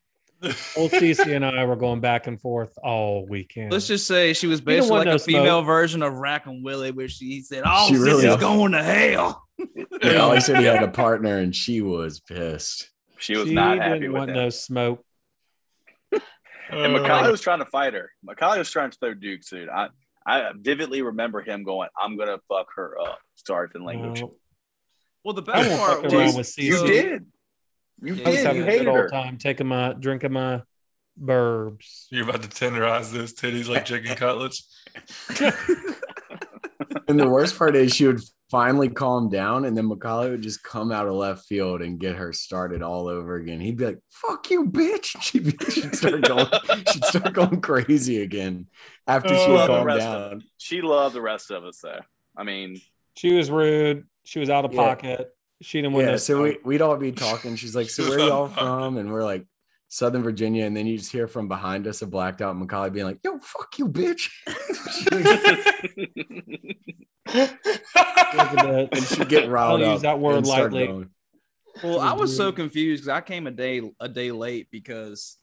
Speaker 6: [LAUGHS]
Speaker 8: Old CC and I were going back and forth all weekend.
Speaker 4: Let's just say she was
Speaker 8: don't
Speaker 4: basically
Speaker 8: want
Speaker 4: like
Speaker 8: no
Speaker 4: a female
Speaker 8: smoke.
Speaker 4: version of Rack and Willie, where she said, "All
Speaker 6: She
Speaker 4: this
Speaker 6: really-
Speaker 4: is going to hell."
Speaker 6: And all he said he had a partner, and she was pissed.
Speaker 3: She was not happy
Speaker 8: didn't
Speaker 3: with
Speaker 8: want
Speaker 3: that.
Speaker 8: no smoke.
Speaker 3: And
Speaker 1: Uh,
Speaker 3: Macaulay was trying to fight her. Macaulay was trying to throw Dukes, dude. I, I vividly remember him going, I'm going to fuck her up. Sorry for the language.
Speaker 8: No.
Speaker 4: Well, the
Speaker 8: I
Speaker 4: best
Speaker 8: won't
Speaker 4: part
Speaker 8: fuck
Speaker 4: was
Speaker 8: around with CC.
Speaker 3: You
Speaker 4: So-
Speaker 3: did. You
Speaker 4: Yeah,
Speaker 8: I was
Speaker 3: did.
Speaker 8: having
Speaker 3: You
Speaker 8: a good
Speaker 3: hated her.
Speaker 8: old time taking my drinking my burbs.
Speaker 1: You're about to tenderize those titties like chicken cutlets.
Speaker 6: And the worst part is, she would finally calm down, and then Macaulay would just come out of left field and get her started all over again. He'd be like, "Fuck you, bitch!" [LAUGHS] And She'd, be, she'd start going, she'd start going crazy again after she
Speaker 1: Oh,
Speaker 6: would
Speaker 1: the
Speaker 6: calm
Speaker 3: rest of
Speaker 6: down.
Speaker 3: She loved the rest of us, though. I mean,
Speaker 8: She was rude. She was out of
Speaker 6: Yeah.
Speaker 8: pocket. She didn't want
Speaker 6: Yeah,
Speaker 8: no
Speaker 6: so
Speaker 8: smoke.
Speaker 6: we, we'd all be talking. She's like, So
Speaker 1: She was
Speaker 6: where are y'all
Speaker 1: on fire.
Speaker 6: from? And we're like, Southern Virginia. And then you just hear from behind us a blacked out Macaulay being like, Yo, fuck you, bitch. [LAUGHS]
Speaker 8: Look at that.
Speaker 6: and she'd get riled
Speaker 8: I'll
Speaker 6: up.
Speaker 8: use that word
Speaker 6: and start
Speaker 8: lightly.
Speaker 6: going.
Speaker 4: Well,
Speaker 8: She
Speaker 4: I
Speaker 8: was
Speaker 4: was so
Speaker 8: rude.
Speaker 4: confused because I came a day a day late because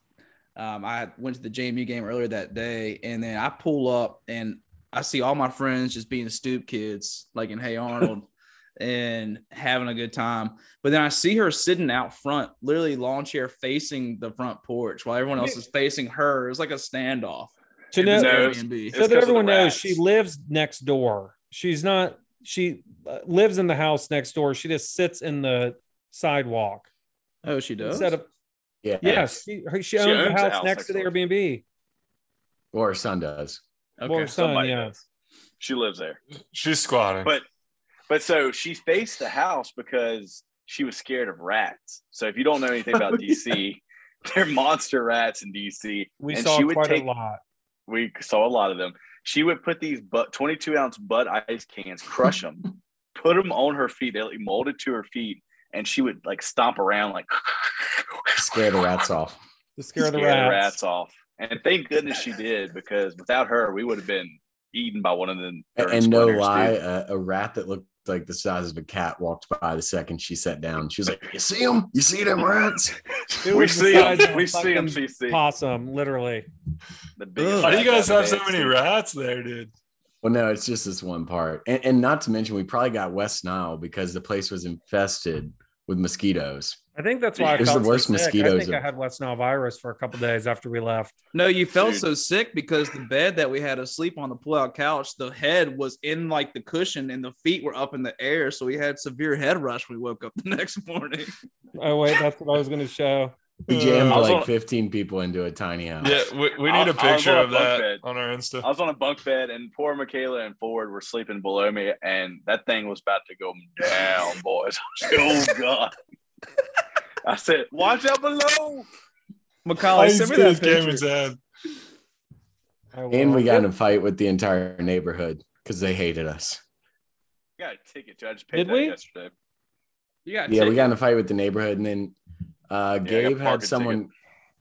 Speaker 4: um, I went to the JMU game earlier that day, and then I pull up and I see all my friends just being stoop kids, like in Hey Arnold,
Speaker 8: [LAUGHS]
Speaker 4: and having a good time. But then I see her sitting out front, literally lawn chair facing the front porch, while everyone else is facing her. It was like a standoff.
Speaker 8: To
Speaker 4: It
Speaker 8: know-
Speaker 4: was
Speaker 3: No,
Speaker 4: Airbnb.
Speaker 3: it's- it's-
Speaker 8: so that
Speaker 3: 'cause of the
Speaker 8: everyone knows,
Speaker 3: rats.
Speaker 8: she lives next door. She's not. She uh, lives in the house next door. She just sits in the sidewalk
Speaker 4: oh, she does.
Speaker 8: instead of.
Speaker 6: Yeah.
Speaker 8: Yes, she, her, she, owns, the house, next to the
Speaker 3: door.
Speaker 8: Airbnb.
Speaker 6: Or son does.
Speaker 4: Okay.
Speaker 8: Or son,
Speaker 3: somebody
Speaker 8: yeah.
Speaker 3: she lives there.
Speaker 1: She's squatting.
Speaker 3: But but so she faced the house because she was scared of rats. So if you don't know anything about
Speaker 8: [LAUGHS]
Speaker 3: DC, they're monster rats in DC.
Speaker 8: We
Speaker 3: and
Speaker 8: saw
Speaker 3: she would
Speaker 8: quite
Speaker 3: take
Speaker 8: a lot.
Speaker 3: we saw a lot of them. She would put these but 22 ounce Bud Ice cans, crush
Speaker 6: [LAUGHS]
Speaker 3: them, put them on her feet. They like molded to her feet, and she would like stomp around like [LAUGHS]
Speaker 6: Scare the rats off.
Speaker 8: To scare the
Speaker 3: scare
Speaker 8: rats.
Speaker 3: off. And thank goodness she did because without her, we would have been eaten by one of them.
Speaker 6: And, and no lie, a, a rat that looked like the size of a cat walked by the second she sat down. She was like, You see them? You see them rats?
Speaker 8: It
Speaker 3: We
Speaker 8: was the
Speaker 3: see
Speaker 8: size of
Speaker 3: them.
Speaker 8: a
Speaker 3: We see them.
Speaker 8: fucking
Speaker 3: CC.
Speaker 8: Possum, literally.
Speaker 3: The biggest
Speaker 1: Why do you
Speaker 3: rat
Speaker 1: guys
Speaker 3: out
Speaker 1: have
Speaker 3: of
Speaker 1: so
Speaker 3: Nancy.
Speaker 1: many rats there, dude?
Speaker 6: Well, no, it's just this one part. And, and not to mention, we probably got West Nile because the place was infested with mosquitoes.
Speaker 8: I think that's why I
Speaker 6: It was
Speaker 8: felt
Speaker 6: the
Speaker 8: so
Speaker 6: worst
Speaker 8: sick. I
Speaker 6: mosquitoes
Speaker 8: think I
Speaker 6: of-
Speaker 8: had West Nile virus for a couple days after we left.
Speaker 4: No, you felt
Speaker 3: Dude.
Speaker 4: so sick because the bed that we had to sleep on, the pull-out couch, the head was in like the cushion and the feet were up in the air, so we had severe head rush. when We woke up [LAUGHS] the next morning.
Speaker 8: Oh wait, that's what I was going to show.
Speaker 6: We jammed
Speaker 3: I was
Speaker 6: like
Speaker 3: on-
Speaker 6: 15 people into a tiny house.
Speaker 4: [LAUGHS]
Speaker 1: Yeah, we, we
Speaker 3: I-
Speaker 1: need a
Speaker 3: I was
Speaker 1: picture
Speaker 3: on a
Speaker 1: of that
Speaker 3: bunk bed.
Speaker 1: on our Insta.
Speaker 3: I was on a bunk bed, and poor Michaela and Ford were sleeping below me, and that thing was about to go
Speaker 6: [LAUGHS]
Speaker 3: down, boys. [LAUGHS] I was like, oh god! I said, "Watch out below."
Speaker 8: Oh,
Speaker 4: Macaulay, send me that picture.
Speaker 1: Cameron's head.
Speaker 8: I
Speaker 6: And we
Speaker 8: will.
Speaker 6: got in a fight with the entire neighborhood because they hated us.
Speaker 3: I got a ticket. Too. I just paid
Speaker 8: Did
Speaker 3: that
Speaker 8: we?
Speaker 3: yesterday.
Speaker 4: You got
Speaker 6: Yeah,
Speaker 4: yeah,
Speaker 6: we got in a fight with the neighborhood. And then uh,
Speaker 3: Yeah, I got
Speaker 6: Gabe had
Speaker 3: parking
Speaker 6: someone,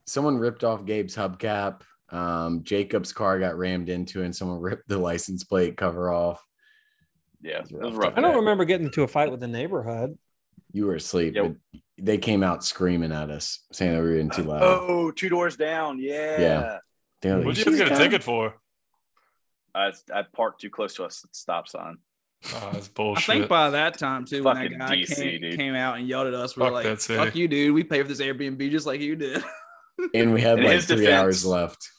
Speaker 6: someone ripped off Gabe's hubcap. Um, Jacob's car got rammed into, and someone ripped the license plate cover off.
Speaker 3: Yeah, it was a rough.
Speaker 8: I don't
Speaker 3: day.
Speaker 8: remember getting into a fight with the neighborhood.
Speaker 6: You were asleep.
Speaker 3: Yeah.
Speaker 6: But they came out screaming at us, saying that we were in too loud.
Speaker 3: Oh, two doors down. Yeah.
Speaker 6: Yeah. They're like,
Speaker 1: What'd you guys get a ticket for? Ah,
Speaker 3: I, I parked too close to a s- stop sign.
Speaker 1: Oh, that's
Speaker 4: I
Speaker 1: bullshit.
Speaker 4: think by that time too, when that
Speaker 3: Fucking
Speaker 4: guy
Speaker 3: DC,
Speaker 4: came,
Speaker 3: dude.
Speaker 4: came out and yelled at us, we were
Speaker 1: Fuck
Speaker 4: like,
Speaker 1: that city.
Speaker 4: "Fuck you, dude! We paid for this Airbnb just like you did." [LAUGHS]
Speaker 6: and we had
Speaker 3: In
Speaker 6: like
Speaker 3: his
Speaker 6: three
Speaker 3: defense-
Speaker 6: hours left.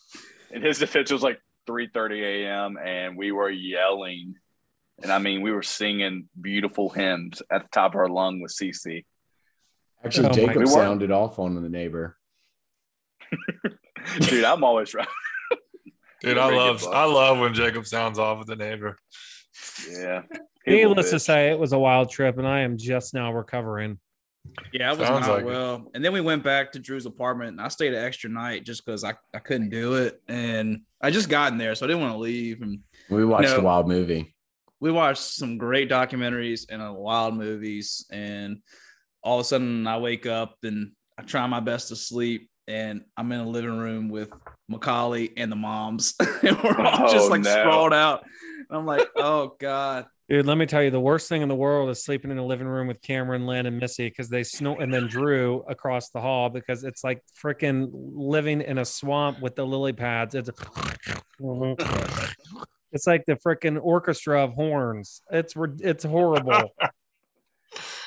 Speaker 3: And his defense was like 3:30 a.m. and we were yelling, and I mean we were singing beautiful hymns at the top of our lung with CC.
Speaker 6: Actually,
Speaker 8: Oh my
Speaker 6: Jacob
Speaker 3: God.
Speaker 6: sounded off on the neighbor.
Speaker 3: [LAUGHS] Dude, I'm always right.
Speaker 1: [LAUGHS] Dude, I
Speaker 3: Bring it
Speaker 1: love
Speaker 3: back.
Speaker 1: I love when Jacob sounds off with the neighbor.
Speaker 3: Yeah.
Speaker 8: Needless to say, it was a wild trip, and I am just now recovering.
Speaker 4: Yeah, I was
Speaker 1: Sounds
Speaker 4: not
Speaker 1: like it.
Speaker 4: well. And then we went back to Drew's apartment and I stayed an extra night just because I, I couldn't do it. And I just got in there, so I didn't want to leave. And
Speaker 6: We watched
Speaker 4: No.
Speaker 6: a wild movie.
Speaker 4: we watched some great documentaries and uh, wild movies. And all of a sudden I wake up and I try my best to sleep. And I'm in a living room with Macaulay and the moms. [LAUGHS] and we're all
Speaker 3: Oh,
Speaker 4: just like
Speaker 3: no.
Speaker 4: sprawled out. And I'm like, oh God.
Speaker 8: Dude, let me tell you, the worst thing in the world is sleeping in a living room with Cameron, Lynn, and Missy because they snort and then Drew across the hall because it's like freaking living in a swamp with the lily pads. It's,
Speaker 4: Mm-hmm.
Speaker 8: [LAUGHS] it's like the freaking orchestra of horns. It's rid- it's horrible.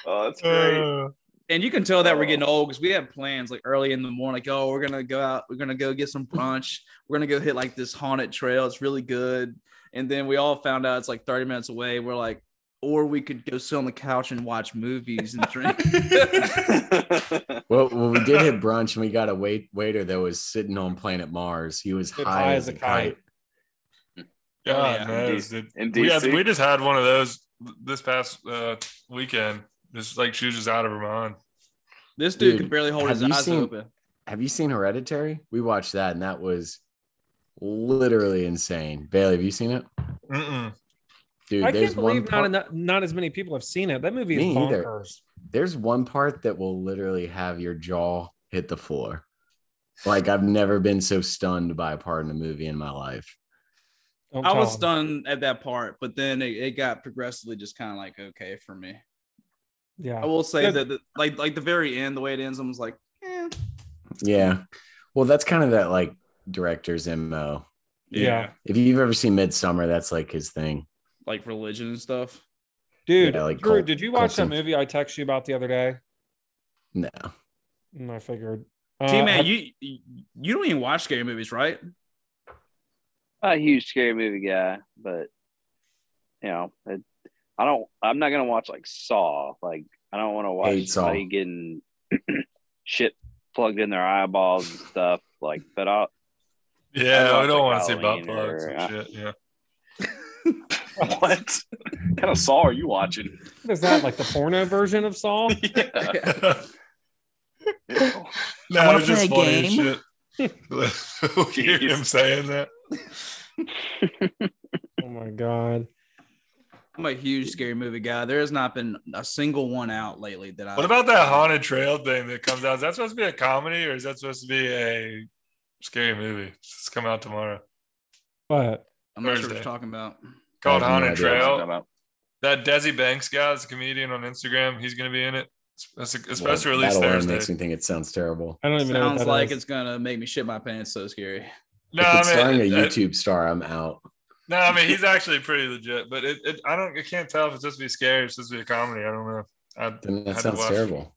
Speaker 3: Oh, that's great.
Speaker 1: Uh,
Speaker 4: and you can tell that we're getting
Speaker 3: Oh.
Speaker 4: old because we had plans like early in the morning, like, oh, we're gonna go out, we're gonna go get some brunch, we're gonna go hit like this haunted trail, it's really good. And then we all found out it's like 30 minutes away. We're like, or we could go sit on the couch and watch movies and drink.
Speaker 6: Well, well, we did hit brunch and we got a wait waiter that was sitting on planet Mars. He was high, as, a kite.
Speaker 1: God
Speaker 4: yeah.
Speaker 1: knows,
Speaker 3: In
Speaker 1: dude.
Speaker 3: D- in
Speaker 1: We, had,
Speaker 3: DC?
Speaker 1: we just had one of those this past uh, weekend. Just like she was just out of her mind.
Speaker 4: this dude,
Speaker 6: Dude,
Speaker 4: could barely hold his
Speaker 6: have you
Speaker 4: eyes
Speaker 6: seen-
Speaker 4: open.
Speaker 6: Have you seen Hereditary? We watched that and that was literally insane. Bailey, have you seen it?
Speaker 1: Mm-mm.
Speaker 6: Dude,
Speaker 8: I
Speaker 6: there's
Speaker 8: can't
Speaker 6: one
Speaker 8: believe not,
Speaker 6: part,
Speaker 8: enough, not as many people have seen it. That movie is
Speaker 6: Me either.
Speaker 8: bonkers.
Speaker 6: there's one part that will literally have your jaw hit the floor. Like I've never been so stunned by a part in a movie in my life.
Speaker 8: Don't
Speaker 4: I
Speaker 8: tell
Speaker 4: was
Speaker 8: him.
Speaker 4: stunned at that part, but then it, it got progressively just kind of like okay for me. I
Speaker 8: Yeah.
Speaker 4: will say
Speaker 8: Yeah.
Speaker 4: that the, like like the very end, the way it ends, I was like, eh.
Speaker 6: Yeah. Well, that's kind of that like director's MO.
Speaker 8: Yeah.
Speaker 6: If you've ever seen Midsummer, that's like his thing.
Speaker 4: like religion and stuff.
Speaker 8: Dude,
Speaker 6: Yeah, like
Speaker 8: Drew,
Speaker 6: cult-
Speaker 8: did you watch that
Speaker 6: cults.
Speaker 8: movie I texted you about the other day?
Speaker 6: No.
Speaker 8: Mm, I figured. Uh,
Speaker 4: T
Speaker 8: have-
Speaker 4: man, you you you don't even watch scary movies, right?
Speaker 5: Not a huge scary movie guy, but you know, it, I don't. I'm not gonna watch like Saw. Like I don't want to
Speaker 6: Hate
Speaker 5: watch
Speaker 6: Saw.
Speaker 5: somebody getting [CLEARS THROAT] shit plugged in their eyeballs and stuff. Like, but I'll
Speaker 1: Yeah,
Speaker 5: love
Speaker 1: we don't
Speaker 5: the
Speaker 1: want to see butt
Speaker 5: Halloween
Speaker 1: plugs
Speaker 5: or-
Speaker 1: and shit. Yeah.
Speaker 3: [LAUGHS] what? what kind of saw are you watching? [LAUGHS]
Speaker 8: What is that like the porno version of
Speaker 6: [LAUGHS]
Speaker 8: Saul?
Speaker 3: Yeah.
Speaker 1: [LAUGHS] no, it's just funny as shit. [LAUGHS] we hear
Speaker 3: Jeez.
Speaker 1: him saying that.
Speaker 8: Oh my god!
Speaker 4: I'm a huge scary movie guy. There has not been a single one out lately that I.
Speaker 1: What about that haunted trail thing that comes out? Is that supposed to be a comedy or is that supposed to be a scary movie? It's coming out tomorrow.
Speaker 8: But
Speaker 4: I'm not sure what
Speaker 1: Thursday?
Speaker 4: you're talking about.
Speaker 1: Called
Speaker 6: I have no
Speaker 1: Haunted
Speaker 6: idea what you're
Speaker 1: Trail.
Speaker 3: About-
Speaker 1: That Desi Banks guy is a comedian on Instagram. He's going to be in it. It's, it's supposed to
Speaker 6: Well,
Speaker 1: release
Speaker 6: that alone
Speaker 1: Thursday.
Speaker 6: makes me think it sounds terrible.
Speaker 8: I don't even know. what
Speaker 4: Sounds
Speaker 8: that
Speaker 4: like
Speaker 8: is.
Speaker 4: it's gonna make me shit my pants. So scary.
Speaker 1: no,
Speaker 6: if [LAUGHS] it's
Speaker 1: I
Speaker 6: starring a
Speaker 1: mean, uh,
Speaker 6: YouTube star, I'm out.
Speaker 1: no, I mean he's actually pretty legit, but it, it I don't I can't tell if it's supposed to be scary or it's supposed to be a comedy. I don't know. I,
Speaker 6: Then
Speaker 1: Had
Speaker 6: that
Speaker 1: to
Speaker 6: sounds
Speaker 1: watch.
Speaker 6: terrible.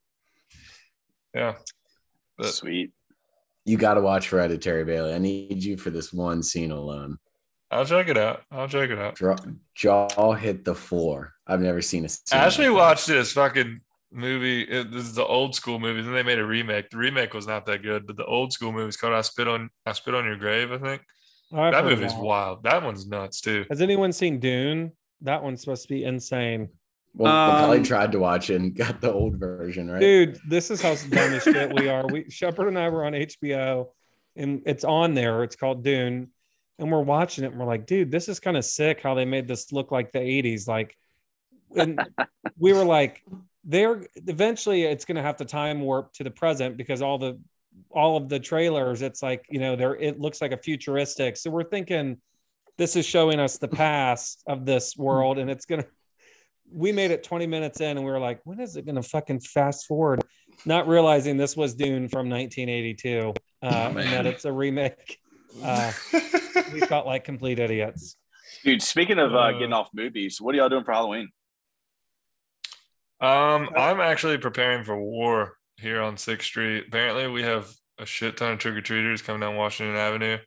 Speaker 1: yeah, But-
Speaker 3: Sweet.
Speaker 6: You got to watch Hereditary, Bailey. I need you for this one scene alone.
Speaker 1: I'll check it out. I'll check it out.
Speaker 6: Draw, jaw hit the floor. I've never seen a scene. like
Speaker 1: Ashley
Speaker 6: that.
Speaker 1: watched this fucking movie. It, this is the old school movie. Then they made a remake. The remake was not that good, but the old school movie is called "I Spit on I Spit on Your Grave." I think
Speaker 8: I've
Speaker 1: that
Speaker 8: heard of
Speaker 1: movie's wild. That one's nuts too.
Speaker 8: Has anyone seen Dune? That one's supposed to be insane,
Speaker 6: Well, Macaulay
Speaker 4: Um,
Speaker 6: tried to watch it and [LAUGHS] got the old version, right?
Speaker 8: dude. This is how dumb as shit we are. We Shepard and I were on HBO, and it's on there. It's called Dune, and we're watching it. and We're like, dude, this is kind of sick how they made this look like the '80s. Like, and we were like, they're eventually it's going to have to time warp to the present because all the all of the trailers, it's like you know, there it looks like a futuristic. So we're thinking this is showing us
Speaker 1: [LAUGHS]
Speaker 8: the past of this world, and it's gonna. We made it 20 minutes in, and we were like, when is it gonna fucking fast forward? Not realizing this was Dune from 1982,
Speaker 1: [LAUGHS]
Speaker 8: uh, and
Speaker 1: Oh,
Speaker 8: that it's a remake.
Speaker 4: [LAUGHS]
Speaker 8: Uh, we felt like complete idiots.
Speaker 3: Dude, speaking of uh,
Speaker 1: Uh,
Speaker 3: getting off movies, what are y'all doing for Halloween?
Speaker 1: Um, I'm actually preparing for war here on Sixth Street. Apparently, we have a shit ton of trick or treaters coming down Washington Avenue.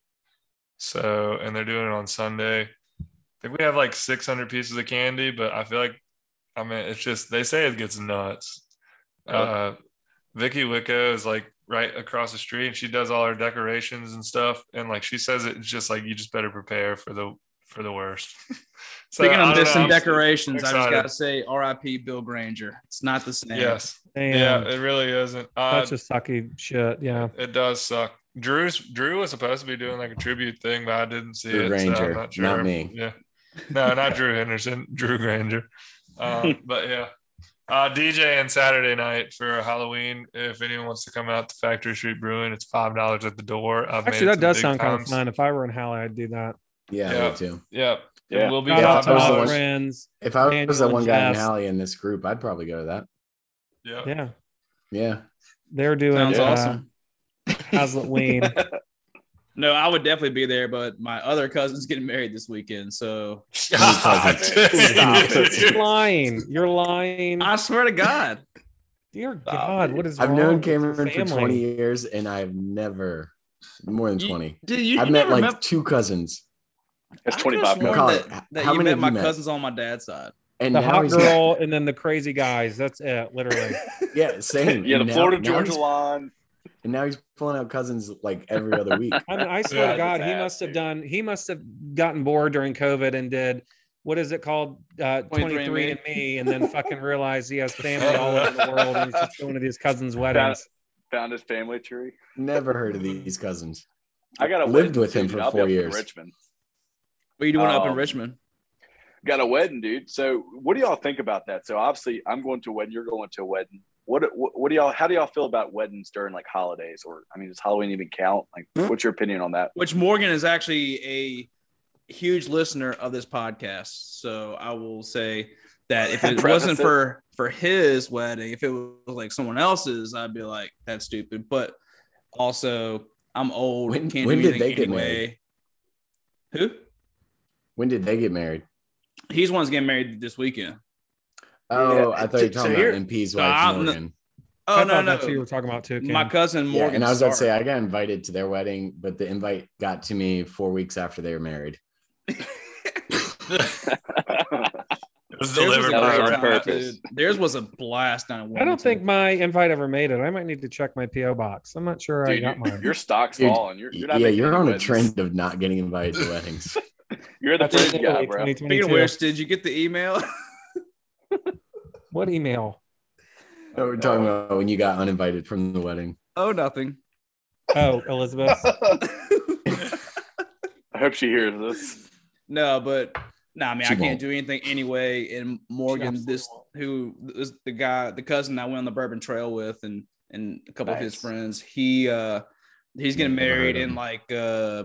Speaker 1: So, and they're doing it on Sunday. I think we have like 600 pieces of candy, but I feel like, I mean, it's just they say it gets nuts. Uh, Vicky Wicco is like right across the street, and she does all her decorations and stuff. And like she says, it's just like you just better prepare for the for the worst. [LAUGHS] So,
Speaker 4: Speaking
Speaker 1: I
Speaker 4: of
Speaker 1: don't
Speaker 4: this
Speaker 1: know,
Speaker 4: and
Speaker 1: I'm-
Speaker 4: decorations, I just
Speaker 1: excited.
Speaker 4: got to say, R.I.P. Bill Granger. It's not the same.
Speaker 1: Yes.
Speaker 8: Damn,
Speaker 1: Yeah, it really isn't. Uh,
Speaker 8: that's just sucky shit. Yeah.
Speaker 1: it does suck. Drew's Drew was supposed to be doing like a tribute thing, but I didn't see
Speaker 6: Drew
Speaker 1: it. so
Speaker 6: Granger,
Speaker 1: I'm not,
Speaker 6: not
Speaker 1: sure.
Speaker 6: me.
Speaker 1: Yeah. No, not Drew Henderson, [LAUGHS] Drew Granger.
Speaker 6: [LAUGHS]
Speaker 1: Um, but yeah. Uh, DJ and Saturday night for Halloween. If anyone wants to come out to Factory Street Brewing, it's five dollars at the door. I've
Speaker 8: Actually, that
Speaker 1: made some
Speaker 8: does
Speaker 1: big
Speaker 8: sound kind of
Speaker 1: times.
Speaker 8: fun. If I were in Halle, I'd do that.
Speaker 6: Yeah,
Speaker 1: Yeah.
Speaker 6: me too.
Speaker 1: Yep.
Speaker 3: Yeah.
Speaker 1: It will be
Speaker 8: Shout out
Speaker 1: five
Speaker 8: to my
Speaker 6: $5.
Speaker 1: dollars.
Speaker 8: friends.
Speaker 6: If I was
Speaker 8: Daniel
Speaker 6: that one guy in
Speaker 8: Jess.
Speaker 6: Alley in this group, I'd probably go to that.
Speaker 1: Yeah.
Speaker 8: Yeah.
Speaker 6: Yeah.
Speaker 8: They're doing
Speaker 4: Sounds
Speaker 8: uh,
Speaker 4: awesome. [LAUGHS]
Speaker 8: Halloween.
Speaker 4: No, I would definitely be there, but my other cousin's getting married this weekend, so
Speaker 1: God,
Speaker 8: Stop.
Speaker 1: dude.
Speaker 8: You're lying. You're lying.
Speaker 4: I swear to God,
Speaker 8: Dear God, what is
Speaker 6: [LAUGHS] I've
Speaker 8: wrong
Speaker 6: known
Speaker 8: with your
Speaker 6: Cameron for
Speaker 8: family?
Speaker 6: 20 years and I've never, more than
Speaker 4: You-
Speaker 6: 20.
Speaker 4: dude, you,
Speaker 6: I've
Speaker 4: you
Speaker 6: met
Speaker 4: never
Speaker 6: like
Speaker 4: met.
Speaker 6: two cousins.
Speaker 3: That's
Speaker 4: I
Speaker 3: twenty five.
Speaker 4: could've
Speaker 6: pounds.
Speaker 4: sworn
Speaker 6: Colin,
Speaker 4: That, that
Speaker 6: how
Speaker 4: you
Speaker 6: many
Speaker 4: met
Speaker 6: have
Speaker 4: my
Speaker 6: you met?
Speaker 4: cousins on my dad's side.
Speaker 6: And
Speaker 8: The
Speaker 6: now
Speaker 8: hot
Speaker 6: he's
Speaker 8: girl and then the crazy guys. That's it, literally.
Speaker 6: Got, [LAUGHS] yeah, same.
Speaker 3: [LAUGHS] Yeah, the
Speaker 6: And now-
Speaker 3: Florida
Speaker 6: now he's-
Speaker 3: Georgia line.
Speaker 6: And now he's pulling out cousins like every other week.
Speaker 8: I, mean, I swear to
Speaker 3: Yeah,
Speaker 8: God,
Speaker 3: it's
Speaker 8: he
Speaker 3: ass,
Speaker 8: must have
Speaker 3: dude.
Speaker 8: done. He must have gotten bored during COVID and did what is it called, uh,
Speaker 4: 23andMe.
Speaker 8: twenty three and me, and then fucking realized
Speaker 4: [LAUGHS]
Speaker 8: he has family all over the world and he's just going to these cousins' weddings.
Speaker 3: Found his family tree.
Speaker 6: Never heard of these cousins.
Speaker 3: I got a
Speaker 6: lived
Speaker 3: wedding,
Speaker 6: with him
Speaker 3: dude.
Speaker 6: for
Speaker 3: I'll be
Speaker 6: four
Speaker 3: up in
Speaker 6: years.
Speaker 3: Richmond.
Speaker 4: What are you doing up in
Speaker 6: Oh.
Speaker 3: Um,
Speaker 4: Richmond?
Speaker 3: Got a wedding, dude. So what do y'all think about that? So obviously, I'm going to a wedding. You're going to a wedding. What, what what do y'all? How do y'all feel about weddings during like holidays? Or I mean, does Halloween even count? Like,
Speaker 6: Hmm?
Speaker 3: what's your opinion on that?
Speaker 4: Which Morgan is actually a huge listener of this podcast, so I will say that if
Speaker 6: [LAUGHS]
Speaker 4: it
Speaker 3: Preface
Speaker 4: wasn't
Speaker 3: it.
Speaker 4: for for his wedding, if it was like someone else's, I'd be like, that's stupid. But also, I'm old.
Speaker 6: When-
Speaker 4: can't
Speaker 6: when
Speaker 4: do
Speaker 6: did
Speaker 4: anything
Speaker 6: they get
Speaker 4: anyway. Who?
Speaker 6: When did they get married?
Speaker 4: He's the one's getting married this weekend.
Speaker 6: Oh,
Speaker 3: Yeah.
Speaker 6: I thought you were
Speaker 3: So
Speaker 6: talking
Speaker 3: here-
Speaker 6: about MP's
Speaker 4: so
Speaker 6: wife,
Speaker 4: I'm-
Speaker 6: Morgan.
Speaker 4: Oh
Speaker 8: I
Speaker 4: no,
Speaker 8: thought
Speaker 4: no,
Speaker 8: that's who you were talking about too. Cam.
Speaker 4: my cousin
Speaker 6: Yeah,
Speaker 4: Morgan.
Speaker 6: and I was about to say,
Speaker 4: Starr.
Speaker 6: I got invited to their wedding, but the invite got to me four weeks after they were married.
Speaker 1: [LAUGHS] It was
Speaker 4: Theirs was
Speaker 1: delivered
Speaker 4: a
Speaker 5: by
Speaker 4: great
Speaker 5: on
Speaker 4: time,
Speaker 5: purpose.
Speaker 4: dude. Theirs was a blast on
Speaker 8: I don't think my invite ever made it. I might need to check my PO box. I'm not sure I
Speaker 3: Dude,
Speaker 8: got
Speaker 3: your,
Speaker 8: mine.
Speaker 3: your stock's
Speaker 6: Dude,
Speaker 3: falling. You're, you're not
Speaker 6: yeah,
Speaker 3: making
Speaker 6: you're
Speaker 3: any
Speaker 6: on a
Speaker 3: weddings.
Speaker 6: trend of not getting invited
Speaker 3: [LAUGHS]
Speaker 6: to weddings.
Speaker 3: You're the
Speaker 8: That's
Speaker 3: food guy,
Speaker 8: Italy
Speaker 3: bro.
Speaker 8: 2022.
Speaker 4: Speaking of which, did you get the email? [LAUGHS]
Speaker 8: what email?
Speaker 6: No, we're talking about when you got uninvited from the wedding.
Speaker 4: oh, nothing.
Speaker 8: Oh,
Speaker 3: [LAUGHS]
Speaker 8: Elizabeth.
Speaker 3: I hope she hears this.
Speaker 4: No, but no, I mean
Speaker 6: She
Speaker 4: I can't
Speaker 6: won't.
Speaker 4: do anything anyway. And Morgan, this who is the guy, the cousin I went on the Bourbon Trail with, and and a couple of his
Speaker 3: Nice.
Speaker 4: friends. He uh he's getting
Speaker 6: Never heard
Speaker 4: married
Speaker 6: of
Speaker 4: in
Speaker 6: him.
Speaker 4: like uh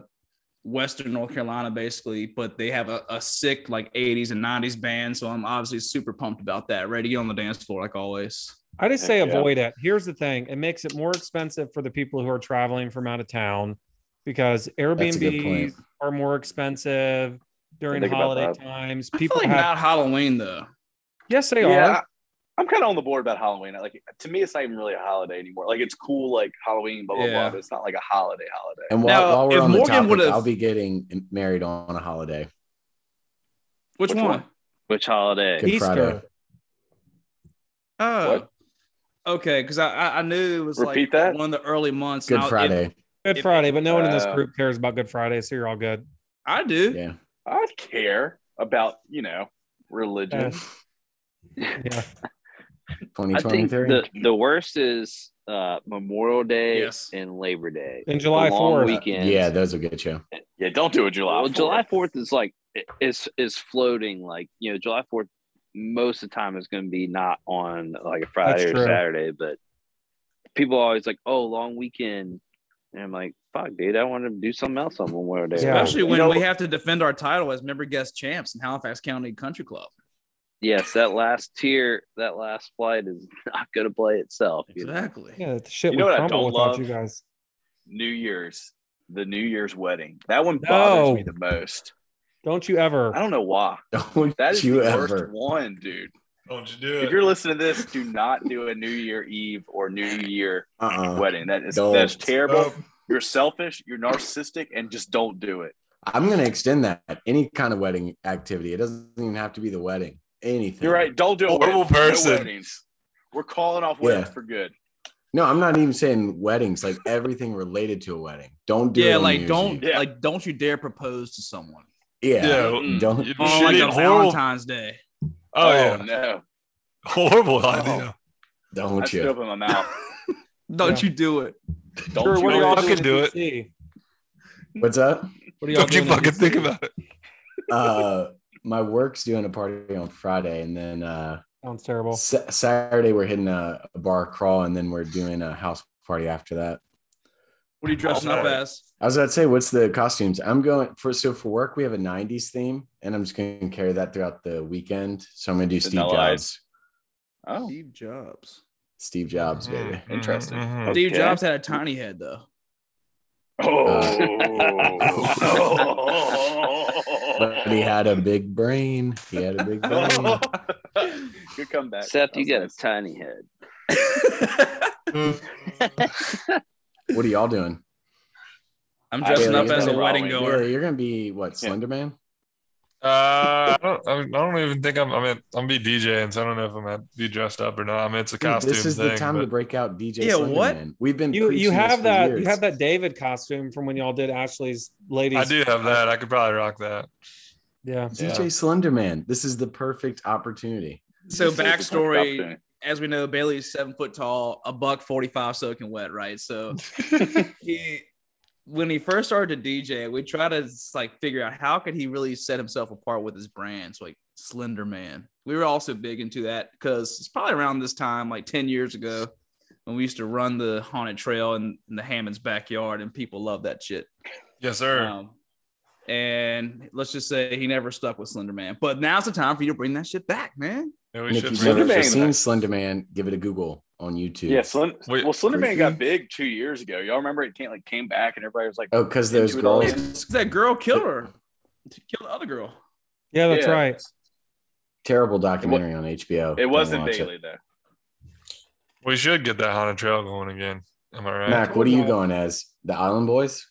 Speaker 4: Western North Carolina, basically. But they have a, a sick like '80s and '90s band, so I'm obviously super pumped about that. Ready to get on the dance floor like always.
Speaker 8: I just say
Speaker 3: Heck yeah.
Speaker 8: avoid it. Here's the thing: it makes it more expensive for the people who are traveling from out of town because
Speaker 6: That's a good point.
Speaker 8: Airbnbs are more expensive during
Speaker 5: Think about
Speaker 8: holiday
Speaker 5: that.
Speaker 8: times.
Speaker 4: I feel
Speaker 8: People
Speaker 4: like
Speaker 8: have
Speaker 4: not Halloween though.
Speaker 8: yes, they
Speaker 3: yeah,
Speaker 8: are.
Speaker 3: I, am kind of on the board about Halloween. Like to me, it's not even really a holiday anymore. Like it's cool, like Halloween, blah blah
Speaker 4: Yeah.
Speaker 3: blah. But it's not like a holiday holiday.
Speaker 6: And while,
Speaker 4: Now,
Speaker 6: while we're
Speaker 4: if
Speaker 6: on
Speaker 4: Morgan
Speaker 6: the
Speaker 4: would've-
Speaker 6: topic, I'll be getting married on a holiday.
Speaker 4: Which,
Speaker 3: Which
Speaker 4: one?
Speaker 3: one?
Speaker 5: Which holiday?
Speaker 6: Good Friday.
Speaker 8: Easter.
Speaker 4: Oh,
Speaker 3: What?
Speaker 4: okay. Because I, I I knew it was like
Speaker 3: Repeat that?
Speaker 4: one of the early months. and
Speaker 6: Good
Speaker 4: I- if-
Speaker 3: [LAUGHS]
Speaker 6: Friday.
Speaker 8: Good
Speaker 4: If-
Speaker 8: Friday, but no one in this
Speaker 3: Uh,
Speaker 8: group cares about Good Friday, so you're all good.
Speaker 4: I do.
Speaker 6: Yeah.
Speaker 3: I care about you know religion.
Speaker 8: Yeah,
Speaker 5: I think
Speaker 6: 2023.
Speaker 5: the, the worst is uh, Memorial Day
Speaker 4: Yes.
Speaker 5: and Labor Day.
Speaker 8: [LAUGHS] in July
Speaker 5: The long
Speaker 8: fourth.
Speaker 5: weekend.
Speaker 6: yeah, those are good show. [LAUGHS]
Speaker 3: yeah, don't do it July.
Speaker 5: Well,
Speaker 3: 4th.
Speaker 5: July Fourth is like i- is is floating. Like you know, July Fourth most of the time is going to be not on like a Friday or
Speaker 8: true.
Speaker 5: Saturday, but people are always like, "Oh, long weekend," and I'm like, "Fuck, dude, I want to do something else on Memorial Day."
Speaker 8: Yeah.
Speaker 4: Especially when
Speaker 3: You know-
Speaker 4: we have to defend our title as member guest champs in Halifax County Country Club.
Speaker 5: yes, that last tier, that last flight is [LAUGHS] not going to play itself. you know?
Speaker 4: Exactly.
Speaker 8: Yeah, the shit
Speaker 3: You know
Speaker 8: would
Speaker 3: what I
Speaker 8: crumble
Speaker 3: don't
Speaker 8: without
Speaker 3: love?
Speaker 8: you guys.
Speaker 3: New Year's, the New Year's wedding. That one
Speaker 8: No.
Speaker 3: bothers me the most.
Speaker 8: Don't you ever?
Speaker 3: I don't know why.
Speaker 6: Don't
Speaker 3: That is
Speaker 6: you
Speaker 3: the
Speaker 6: ever.
Speaker 3: worst one, dude.
Speaker 1: Don't you do
Speaker 3: If
Speaker 1: it?
Speaker 3: you're listening to this, do not do a New Year Eve or New Year
Speaker 6: Uh-uh.
Speaker 3: wedding. That is
Speaker 6: Don't.
Speaker 3: that's terrible.
Speaker 1: Oh,
Speaker 3: You're selfish. You're narcissistic, and just don't do it.
Speaker 6: I'm going to extend that. Any kind of wedding activity. It doesn't even have to be the wedding. Anything.
Speaker 3: You're right. Don't do it.
Speaker 1: Horrible
Speaker 3: No
Speaker 1: person.
Speaker 3: weddings. We're calling off weddings
Speaker 6: Yeah.
Speaker 3: for good.
Speaker 6: No, I'm not even saying weddings, like everything related to a wedding. Don't do it.
Speaker 4: yeah,
Speaker 6: on New
Speaker 4: like
Speaker 6: Year's
Speaker 4: don't
Speaker 6: Eve.
Speaker 3: Yeah.
Speaker 4: like don't you dare propose to someone.
Speaker 6: Yeah.
Speaker 1: Yeah.
Speaker 6: Don't
Speaker 1: you-
Speaker 4: On
Speaker 1: shit
Speaker 4: Oh, like
Speaker 1: eat
Speaker 4: a
Speaker 1: horrible-
Speaker 4: Valentine's Day.
Speaker 1: Oh, yeah.
Speaker 3: no.
Speaker 1: Horrible idea.
Speaker 3: I
Speaker 6: don't
Speaker 3: spit up [LAUGHS]
Speaker 6: you?
Speaker 3: in my mouth.
Speaker 6: [LAUGHS]
Speaker 4: Don't you do it.
Speaker 3: Don't
Speaker 1: Sure, what
Speaker 3: you
Speaker 1: do y'all
Speaker 3: ever-
Speaker 1: fucking do it.
Speaker 10: DC?
Speaker 6: What's up?
Speaker 10: What are y'all
Speaker 1: Don't you
Speaker 10: doing in
Speaker 1: fucking
Speaker 10: DC?
Speaker 1: think about it.
Speaker 6: Uh, my work's doing a party on Friday, and then uh,
Speaker 10: Sounds terrible.
Speaker 6: Sa- Saturday we're hitting a, a bar crawl, and then we're doing a house party after that.
Speaker 4: What are you dressing up
Speaker 3: Sorry.
Speaker 4: as?
Speaker 6: I was about to say, what's the costumes? I'm going for so for work we have a '90s theme, and I'm just going to carry that throughout the weekend. So I'm going to do Steve
Speaker 3: Vanilla
Speaker 6: Jobs.
Speaker 3: Ice. Oh,
Speaker 4: Steve Jobs.
Speaker 6: Steve Jobs, baby.
Speaker 1: Mhm,
Speaker 3: Interesting.
Speaker 1: mhm.
Speaker 4: Steve
Speaker 5: Okay.
Speaker 4: Jobs had a tiny head though.
Speaker 6: [LAUGHS] Uh,
Speaker 3: Oh.
Speaker 6: [LAUGHS] But he had a big brain. He had a
Speaker 1: [LAUGHS]
Speaker 6: big brain.
Speaker 3: [LAUGHS] Good comeback.
Speaker 5: Seth, you got
Speaker 3: That
Speaker 5: a
Speaker 3: was
Speaker 5: tiny head.
Speaker 6: what are y'all doing?
Speaker 4: I'm
Speaker 3: I
Speaker 4: dressing
Speaker 6: Bailey,
Speaker 4: up
Speaker 6: you're
Speaker 4: as a
Speaker 6: gonna-
Speaker 4: wedding
Speaker 3: Bailey,
Speaker 4: goer.
Speaker 6: Really, you're going to be what?
Speaker 3: Yeah.
Speaker 6: Slender Man?
Speaker 1: Uh, I don't, I don't even think I'm. I'm, at, I'm be DJing, so I don't know if I'm gonna be dressed up or not. I mean, it's a
Speaker 6: Dude,
Speaker 1: costume
Speaker 6: this is
Speaker 1: thing.
Speaker 6: the time
Speaker 1: but
Speaker 6: to break out DJ
Speaker 4: Yeah,
Speaker 6: Slender
Speaker 4: what?
Speaker 6: Man. We've been
Speaker 10: You you
Speaker 6: preaching this
Speaker 10: have
Speaker 6: for
Speaker 10: that
Speaker 6: years.
Speaker 10: you have that David costume from when y'all did Ashley's ladies.
Speaker 1: I do have that. I could probably rock that.
Speaker 10: Yeah.
Speaker 6: DJ Slender Man. This is the perfect opportunity.
Speaker 4: So
Speaker 3: This is a perfect
Speaker 4: backstory,
Speaker 3: opportunity.
Speaker 4: as we know, Bailey is seven foot tall, a buck forty five soaking wet, right? So he when he first started to DJ, we try to like figure out how could he really set himself apart with his brands, like Slender Man. We were also big into that because it's probably around this time, like 10 years ago, when we used to run the haunted trail in, in the Hammond's backyard, and people love that shit.
Speaker 1: Yes, sir.
Speaker 4: Um, and let's just say he never stuck with Slender Man. But now's the time for you to bring that shit back, man.
Speaker 1: Yeah, we
Speaker 6: And if
Speaker 1: should bring
Speaker 6: you've
Speaker 3: Slender
Speaker 6: never
Speaker 1: that.
Speaker 3: Man.
Speaker 6: seen Slender Man, give it a Google on YouTube.
Speaker 3: Yeah, Slend-
Speaker 1: Wait.
Speaker 3: well, Slenderman got big two years ago. Y'all remember it came, like came back and everybody was like,
Speaker 6: Oh, because those
Speaker 3: Into it all.
Speaker 6: girls,
Speaker 4: That girl killed her. Killed the other girl.
Speaker 10: Yeah, that's
Speaker 3: Yeah.
Speaker 10: right.
Speaker 6: terrible documentary on HBO.
Speaker 3: it
Speaker 6: Don't
Speaker 3: wasn't
Speaker 6: watch it.
Speaker 3: Bailey though.
Speaker 1: We should get that haunted trail going again. Am I right?
Speaker 6: Mac, what are you going as? The Island Boys?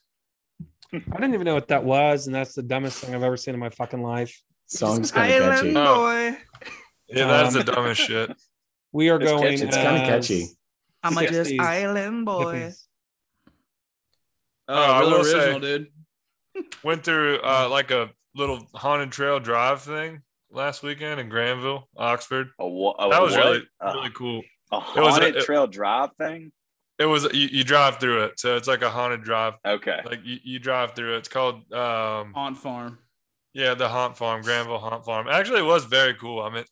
Speaker 10: I didn't even know what that was, and that's the dumbest thing I've ever seen in my fucking life.
Speaker 6: Song's kind of catchy.
Speaker 1: Oh. Yeah, that's the
Speaker 10: Um,
Speaker 1: dumbest shit.
Speaker 10: We are
Speaker 3: It's
Speaker 10: going.
Speaker 3: catchy.
Speaker 6: It's kinda
Speaker 10: as
Speaker 6: catchy.
Speaker 4: I'm like this
Speaker 10: Hippies.
Speaker 4: island boy.
Speaker 10: hippies.
Speaker 1: Oh,
Speaker 4: Oh,
Speaker 1: I
Speaker 4: real
Speaker 1: will say-
Speaker 4: original, dude.
Speaker 1: Went through
Speaker 6: Mm-hmm.
Speaker 1: uh, like a little haunted trail drive thing last weekend in Granville, Oxford.
Speaker 3: A, wa-
Speaker 6: Oh,
Speaker 3: a
Speaker 1: That was
Speaker 3: what?
Speaker 1: really
Speaker 6: Uh,
Speaker 3: A-
Speaker 1: really cool.
Speaker 3: a
Speaker 1: it was a-
Speaker 3: haunted
Speaker 1: it-
Speaker 3: trail drive thing.
Speaker 1: It was you, you drive through it, so it's like a haunted drive.
Speaker 3: Okay,
Speaker 1: Like you, you drive through it. It's called um,
Speaker 4: On farm.
Speaker 1: Yeah, the Haunt Farm, Granville Haunt Farm. Actually, it was very cool. I mean,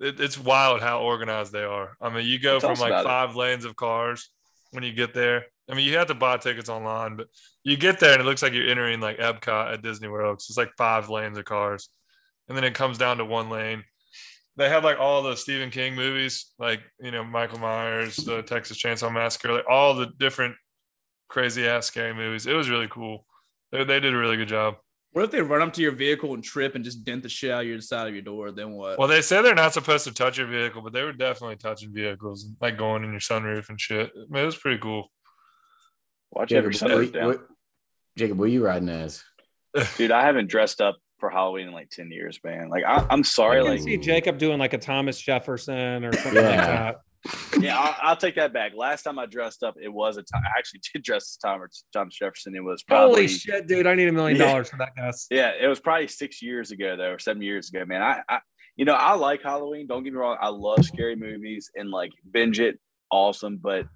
Speaker 1: it, it's wild how organized they are. I mean, you go
Speaker 3: Tell us
Speaker 1: from like
Speaker 3: about it.
Speaker 1: five lanes of cars when you get there. I mean, you have to buy tickets online, but you get there and it looks like you're entering like Epcot at Disney World. 'cause it's like five lanes of cars, and then it comes down to one lane. They have like all the Stephen King movies, like you know Michael Myers, the Texas Chainsaw Massacre, like all the different crazy ass scary movies. It was really cool. They, they did a really good job.
Speaker 4: What if they run up to your vehicle and trip and just dent the shit out of your side of your door? Then what?
Speaker 1: Well, they say they're not supposed to touch your vehicle, but they were definitely touching vehicles, like going in your sunroof and shit. I mean, it was pretty cool.
Speaker 3: watch every
Speaker 6: Jacob,
Speaker 3: sunroof
Speaker 6: what,
Speaker 3: down,
Speaker 6: what, Jacob, what are you riding as?
Speaker 3: dude. I haven't dressed up for Halloween in like ten years, man. Like I, I'm sorry,
Speaker 10: I can
Speaker 3: like
Speaker 10: see Jacob doing like a Thomas Jefferson or something like
Speaker 6: Yeah.
Speaker 10: that.
Speaker 3: yeah, I'll, I'll take that back. Last time I dressed up, it was a time. I actually did dress as Tom Thomas Jefferson. It was probably
Speaker 10: Holy shit, dude! I need a million
Speaker 3: Yeah.
Speaker 10: dollars for that guess.
Speaker 3: Yeah, it was probably six years ago though, or seven years ago, man. I, I you know, I like Halloween. Don't get me wrong, I love scary movies and like binge it, awesome. But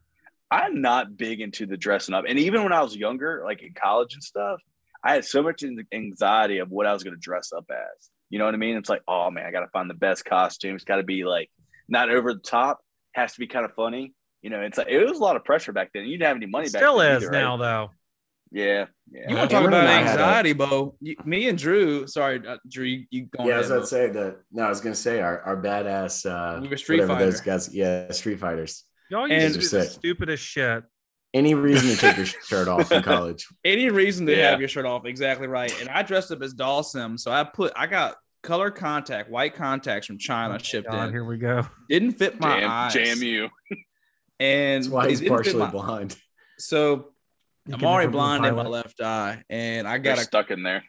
Speaker 3: I'm not big into the dressing up. And even when I was younger, like in college and stuff, I had so much an- anxiety of what I was going to dress up as. You know what I mean? It's like, oh man, I got to find the best costume. It's got to be like not over the top. Has to be kind of funny. You know, it's like it was a lot of pressure back then. You didn't have any money back
Speaker 10: Still
Speaker 3: then.
Speaker 10: is
Speaker 3: either, right?
Speaker 10: now though.
Speaker 3: Yeah, yeah.
Speaker 4: you want to
Speaker 6: Cameron
Speaker 4: talk about
Speaker 6: and I had
Speaker 4: anxiety, Bo? You, me and Drew. Sorry, uh, Drew. You, you going?
Speaker 6: yeah, I was
Speaker 4: ahead,
Speaker 6: about to
Speaker 4: Bo.
Speaker 6: say that. No, I was gonna say our, our badass. Uh,
Speaker 4: We were Street
Speaker 6: whatever those
Speaker 4: Fighter.
Speaker 6: guys. Yeah, Street Fighters.
Speaker 10: Y'all
Speaker 4: And-
Speaker 10: used to do the
Speaker 6: Sick.
Speaker 10: stupidest shit.
Speaker 6: Any reason to
Speaker 4: [LAUGHS]
Speaker 6: take your shirt off in college?
Speaker 4: any reason to
Speaker 3: Yeah.
Speaker 4: have your shirt off exactly right and i dressed up as doll sim so i put i got color contact white contacts from china
Speaker 10: Oh my
Speaker 4: shipped
Speaker 10: God,
Speaker 4: in
Speaker 10: Here we go. [LAUGHS]
Speaker 4: didn't fit my
Speaker 3: Jam,
Speaker 4: eyes
Speaker 3: jam you.
Speaker 4: and
Speaker 6: That's why
Speaker 4: it
Speaker 6: he's
Speaker 4: didn't fit
Speaker 6: partially
Speaker 4: my-
Speaker 6: blind.
Speaker 4: so
Speaker 10: You
Speaker 4: i'm
Speaker 10: can
Speaker 4: already
Speaker 10: never be
Speaker 4: blind in my
Speaker 10: violent.
Speaker 4: left eye and i
Speaker 3: Got
Speaker 4: got a
Speaker 3: stuck in there.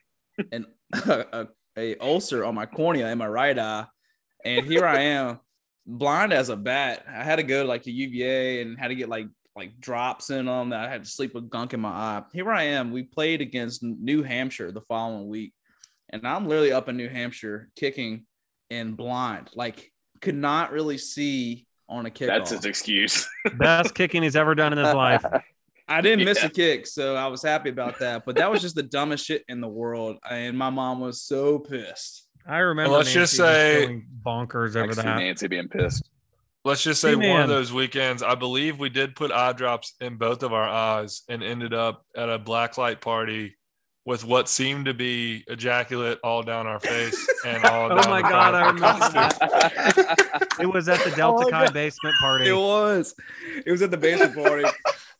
Speaker 4: an [LAUGHS] a, a ulcer on my cornea in my right eye, and here I am, blind as a bat. I had to go to like the UVA and had to get like like drops in them. I had to sleep with gunk in my eye. Here I am. We played against New Hampshire the following week, and I'm literally up in New Hampshire kicking and blind, like could not really see on a kick.
Speaker 3: That's his [LAUGHS] excuse.
Speaker 8: Best kicking he's ever done in his
Speaker 3: [LAUGHS]
Speaker 8: life.
Speaker 4: I didn't miss
Speaker 3: Yeah.
Speaker 4: a kick, so I was happy about that. But that was just the dumbest shit in the world, and my mom was so pissed.
Speaker 8: I remember.
Speaker 1: Well, let's just
Speaker 8: Nancy was
Speaker 1: say-
Speaker 8: going bonkers
Speaker 3: I
Speaker 8: over
Speaker 3: can see
Speaker 8: that.
Speaker 3: Nancy being [LAUGHS] pissed.
Speaker 1: Let's just say one
Speaker 8: Hey, man.
Speaker 1: of those weekends, I believe we did put eye drops in both of our eyes and ended up at a blacklight party with what seemed to be ejaculate all down our face
Speaker 8: [LAUGHS]
Speaker 1: and all
Speaker 8: Oh
Speaker 1: down
Speaker 8: my
Speaker 1: the
Speaker 8: God, I
Speaker 1: front of
Speaker 3: Oh
Speaker 1: our
Speaker 8: remember
Speaker 1: costume.
Speaker 8: It was at [LAUGHS] the Delta Chi basement party.
Speaker 4: It was. It was at the basement party.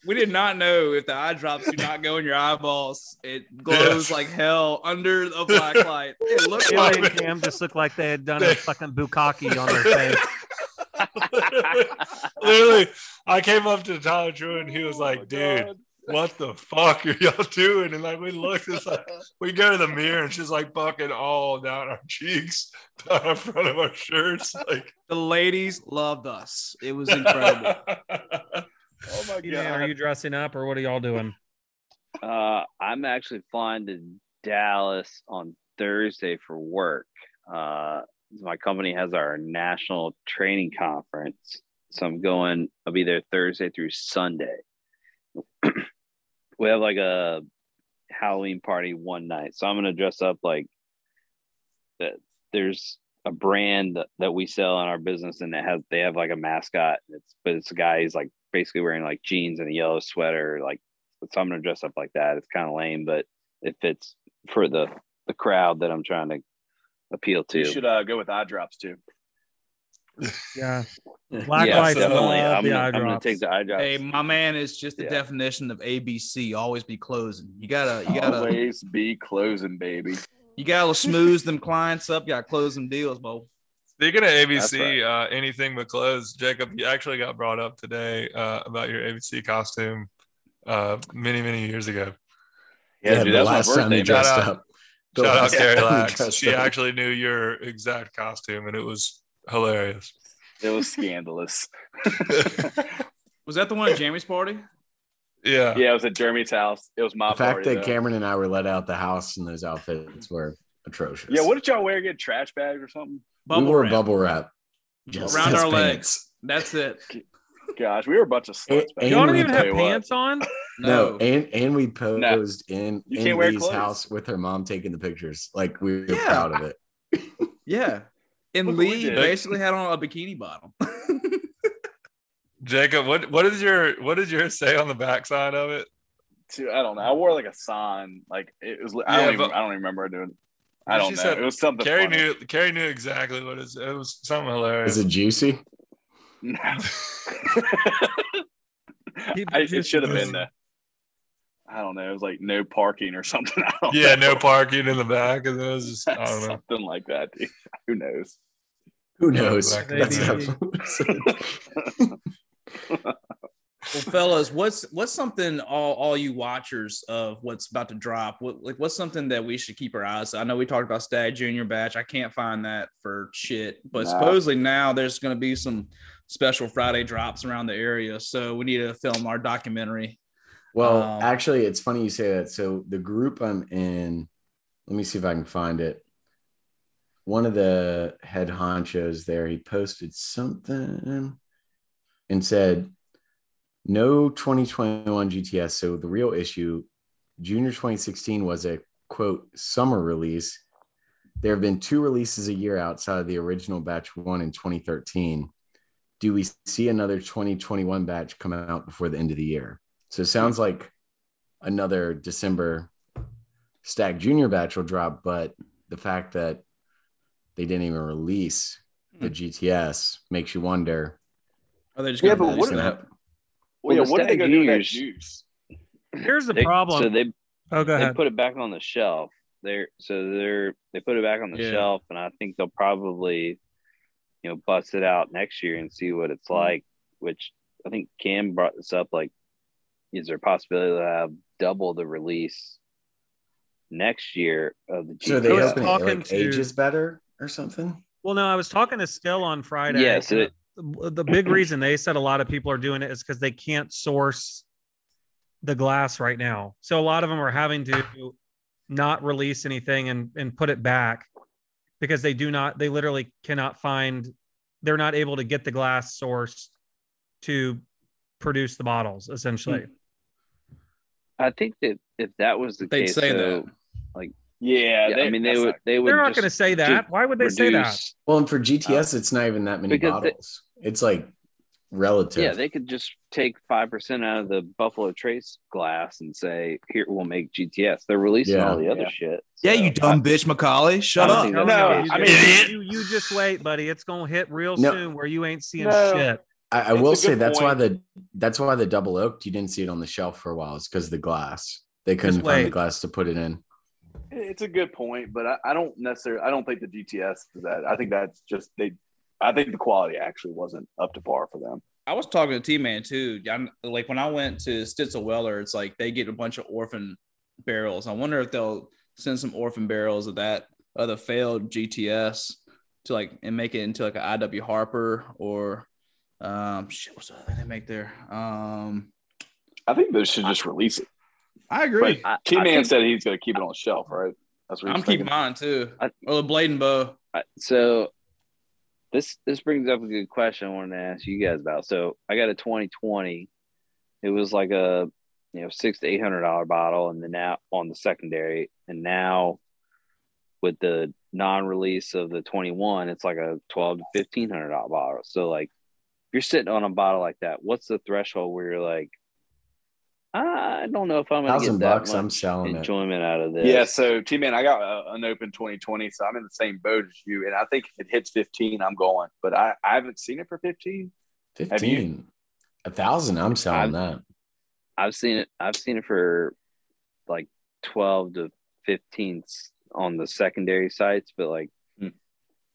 Speaker 4: We did not know if the eye drops do not go in your eyeballs. It glows
Speaker 1: Yeah.
Speaker 4: like hell under the black light.
Speaker 8: [LAUGHS]
Speaker 4: It looked
Speaker 8: Billy
Speaker 4: like
Speaker 8: and Cam just looked like they had done a fucking bukkake on their face.
Speaker 1: [LAUGHS] Literally, I came up to Tyler Drew and he was like, dude, what the fuck are y'all doing? And like we looked, it's like we go to the mirror and she's like fucking all down our cheeks, [LAUGHS] down in front of our shirts. Like
Speaker 4: the ladies loved us. It was incredible.
Speaker 3: Oh my
Speaker 8: Dan, are you dressing up or what are y'all doing?
Speaker 5: [LAUGHS] Uh, I'm actually flying to Dallas on Thursday for work. Uh, my company has our national training conference, so I'm going. I'll be there Thursday through Sunday. [CLEARS THROAT] we have like a Halloween party one night, so I'm gonna dress up like that. There's a brand that, that we sell in our business, and it has they have like a mascot. It's but it's a guy who's like basically wearing like jeans and a yellow sweater, like so I'm gonna dress up like that. It's kind of lame, but it fits for the the crowd that I'm trying to appeal to.
Speaker 3: You should uh, go with eye drops too.
Speaker 8: Yeah. Black
Speaker 5: yeah,
Speaker 8: lights
Speaker 5: definitely.
Speaker 8: love
Speaker 5: I'm,
Speaker 8: the
Speaker 5: gonna,
Speaker 8: eye
Speaker 5: I'm gonna
Speaker 8: drops.
Speaker 5: take the eye drops.
Speaker 4: Hey, my man is just the
Speaker 5: Yeah.
Speaker 4: definition of ABC. Always be closing. You gotta, you gotta,
Speaker 3: Always be closing, baby.
Speaker 4: you gotta smooth them clients up. You gotta close them deals, Bo.
Speaker 1: [LAUGHS] Speaking of
Speaker 5: That's right.
Speaker 1: ABC, uh, anything but clothes, Jacob, you actually got brought up today uh, about your ABC costume uh, many, many years ago.
Speaker 3: Yeah,
Speaker 6: Yeah,
Speaker 3: dude,
Speaker 6: the
Speaker 3: that's my
Speaker 6: last time you
Speaker 3: birthday,
Speaker 6: dressed
Speaker 1: man.
Speaker 6: up. The
Speaker 1: Shout out
Speaker 6: last
Speaker 1: Carrie
Speaker 6: time you
Speaker 1: Lax.
Speaker 6: dressed
Speaker 1: She
Speaker 6: up.
Speaker 1: actually knew your exact costume and it was hilarious.
Speaker 3: It was
Speaker 6: [LAUGHS]
Speaker 3: scandalous.
Speaker 4: Was that the one at Jamie's party?
Speaker 1: Yeah.
Speaker 3: yeah, it was at Jeremy's house. It was my
Speaker 6: The fact
Speaker 3: party.
Speaker 6: that
Speaker 3: though.
Speaker 6: Cameron and I were let out the house in those outfits were atrocious.
Speaker 3: yeah, what did y'all wear? Get trash bags or something?
Speaker 6: we
Speaker 4: Bubble
Speaker 6: were
Speaker 4: wrap.
Speaker 6: bubble wrap
Speaker 4: Just
Speaker 6: Just
Speaker 4: around our
Speaker 6: pants.
Speaker 4: legs. That's it.
Speaker 3: Gosh, we were a bunch of sluts.
Speaker 6: And-
Speaker 3: back
Speaker 6: and
Speaker 8: Y'all
Speaker 3: then,
Speaker 8: don't
Speaker 6: we-
Speaker 8: even
Speaker 3: I'll
Speaker 8: have
Speaker 3: tell you what.
Speaker 8: pants on?
Speaker 6: No,
Speaker 4: No.
Speaker 6: and and we posed in
Speaker 3: You
Speaker 6: in
Speaker 3: can't wear
Speaker 6: Lee's
Speaker 3: clothes.
Speaker 6: house with her mom taking the pictures. Like we were
Speaker 4: Yeah.
Speaker 6: proud of it.
Speaker 4: Yeah. And
Speaker 3: Look what we
Speaker 4: Lee
Speaker 3: did.
Speaker 4: basically had on a bikini bottom.
Speaker 1: Jacob, what what is your what did yours say on the backside of it?
Speaker 3: Dude, I don't know. I wore like a sign. Like it was. I
Speaker 1: Yeah,
Speaker 3: don't. even,
Speaker 1: but-
Speaker 3: I don't even remember doing.
Speaker 1: She
Speaker 3: I don't know.
Speaker 1: said
Speaker 3: It was something.
Speaker 1: Carrie
Speaker 3: funny.
Speaker 1: knew Carrie knew exactly what it was. It was something
Speaker 6: Is
Speaker 1: hilarious.
Speaker 6: it juicy?
Speaker 1: [LAUGHS]
Speaker 3: No.
Speaker 8: Keep
Speaker 3: I,
Speaker 8: it
Speaker 3: it
Speaker 8: juicy,
Speaker 3: should have
Speaker 8: juicy.
Speaker 3: been the. I don't know. It was like no parking or something. [LAUGHS] I don't
Speaker 1: yeah,
Speaker 3: know.
Speaker 1: no parking in the back, and it was just I don't
Speaker 3: [LAUGHS]
Speaker 1: know.
Speaker 3: something like that. Dude. Who knows?
Speaker 6: Who knows?
Speaker 1: Black
Speaker 6: That's
Speaker 8: Lady.
Speaker 6: how- [LAUGHS]
Speaker 4: well, fellas, what's what's something all all you watchers of what's about to drop? What like what's something that we should keep our eyes? I know we talked about Stag Junior Batch. I can't find that for shit, but
Speaker 3: Nah.
Speaker 4: supposedly now there's going to be some special Friday drops around the area, so we need to film our documentary.
Speaker 6: Well,
Speaker 4: Um,
Speaker 6: actually, it's funny you say that. So the group I'm in, let me see if I can find it. One of the head honchos there, he posted something and said, "No 2021 GTS." So the real issue, Junior 2016 was a quote summer release. There have been two releases a year outside of the original batch one in 2013. Do we see another 2021 batch come out before the end of the year? So it sounds like another December Stack Junior batch will drop, but the fact that they didn't even release the GTS makes you wonder.
Speaker 4: Are they just
Speaker 3: Yeah,
Speaker 4: gonna
Speaker 3: but what
Speaker 4: release
Speaker 3: are
Speaker 4: that?
Speaker 3: Well, yeah,
Speaker 5: the
Speaker 3: what did they
Speaker 5: Stag
Speaker 3: go do with that
Speaker 5: Juniors-
Speaker 3: juice?
Speaker 8: Here's the
Speaker 5: They-
Speaker 8: problem.
Speaker 5: So they
Speaker 8: oh, go
Speaker 5: they
Speaker 8: ahead.
Speaker 5: put it back on the shelf. They're so they're they put it back on the
Speaker 4: Yeah.
Speaker 5: shelf, and I think they'll probably you know bust it out next year and see what it's like. Which I think Cam brought this up. Like, is there a possibility to have double the release next year of the?
Speaker 6: So
Speaker 5: GTS?
Speaker 6: they
Speaker 8: I was
Speaker 6: hoping it
Speaker 8: talking
Speaker 6: like
Speaker 8: to-
Speaker 6: ages better or something.
Speaker 8: Well, no, I was talking to Still on Friday.
Speaker 5: Yeah, so
Speaker 8: and
Speaker 5: it-
Speaker 8: the, the big reason they said a lot of people are doing it is because they can't source the glass right now. So a lot of them are having to not release anything and and put it back because they do not they literally cannot find they're not able to get the glass source to produce the bottles essentially
Speaker 5: I think that if that was the
Speaker 4: They'd
Speaker 5: case,
Speaker 4: say
Speaker 5: though,
Speaker 3: Yeah,
Speaker 5: yeah, I mean, they
Speaker 3: that's
Speaker 5: would,
Speaker 3: not-
Speaker 5: they would.
Speaker 8: they're not
Speaker 5: just
Speaker 8: going to say that why would they say that
Speaker 5: reduce-
Speaker 6: Well, and for GTS, it's not even that many
Speaker 5: because they-
Speaker 6: bottles. it's like relative.
Speaker 5: Yeah, they could just take five percent out of the Buffalo Trace glass and say, "Here, we'll make GTS." They're releasing
Speaker 6: Yeah.
Speaker 5: all the other
Speaker 3: Yeah.
Speaker 5: shit.
Speaker 4: Yeah,
Speaker 5: so-
Speaker 4: you dumb bitch, Macaulay. Shut
Speaker 5: I don't
Speaker 4: up.
Speaker 5: think
Speaker 8: No,
Speaker 5: that's
Speaker 8: no,
Speaker 5: the
Speaker 8: you
Speaker 5: case.
Speaker 3: I mean,
Speaker 8: just-
Speaker 3: idiot.
Speaker 8: you, you just wait buddy it's going to hit real
Speaker 6: No.
Speaker 8: soon where you ain't seeing
Speaker 3: No.
Speaker 8: shit
Speaker 6: I, I
Speaker 3: It's
Speaker 6: will
Speaker 3: a
Speaker 6: say
Speaker 3: good
Speaker 6: that's why
Speaker 3: point.
Speaker 6: the that's why the double oaked you didn't see it on the shelf for a while. It's because the glass they couldn't find the
Speaker 8: wait.
Speaker 6: glass to put it in.
Speaker 3: It's a good point, but I, I don't necessarily. I don't think the GTS is that. I think that's just they. I think the quality actually wasn't up to par for them.
Speaker 4: I was talking to T Man too. I'm, like when I went to Stitzel Weller, it's like they get a bunch of orphan barrels. I wonder if they'll send some orphan barrels of that other failed GTS to like and make it into like an IW Harper or um shit. What's the other thing they make there? Um,
Speaker 3: I think they should just release it.
Speaker 4: I agree.
Speaker 3: But
Speaker 5: I- I
Speaker 3: Key Man
Speaker 5: think-
Speaker 3: said he's going to keep it on the shelf, right? That's what
Speaker 4: I'm
Speaker 3: he's
Speaker 4: keeping
Speaker 3: thinking.
Speaker 4: mine too.
Speaker 5: I-
Speaker 4: Well, the blade and bow.
Speaker 5: I- so this this brings up a good question I wanted to ask you guys about. So I got a 2020. It was like a you know six to eight hundred dollar bottle, and then now on the secondary, and now with the non-release of the 21, it's like a 12 to 1500 dollar bottle. So like if you're sitting on a bottle like that, what's the threshold where you're like, I don't know if I'm gonna
Speaker 6: Thousand
Speaker 5: get that
Speaker 6: bucks, I'm
Speaker 5: much
Speaker 6: selling it.
Speaker 5: enjoyment out of this.
Speaker 3: Yeah, so T Man, I got uh, an open 2020, so I'm in the same boat as you. And I think if it hits 15, I'm going. But I, I haven't seen it for 15. Have you-
Speaker 6: Fifteen, a thousand. I'm selling that.
Speaker 5: I've seen it. I've seen it for like twelve to fifteen s- on the secondary sites, but like,
Speaker 3: Hmm.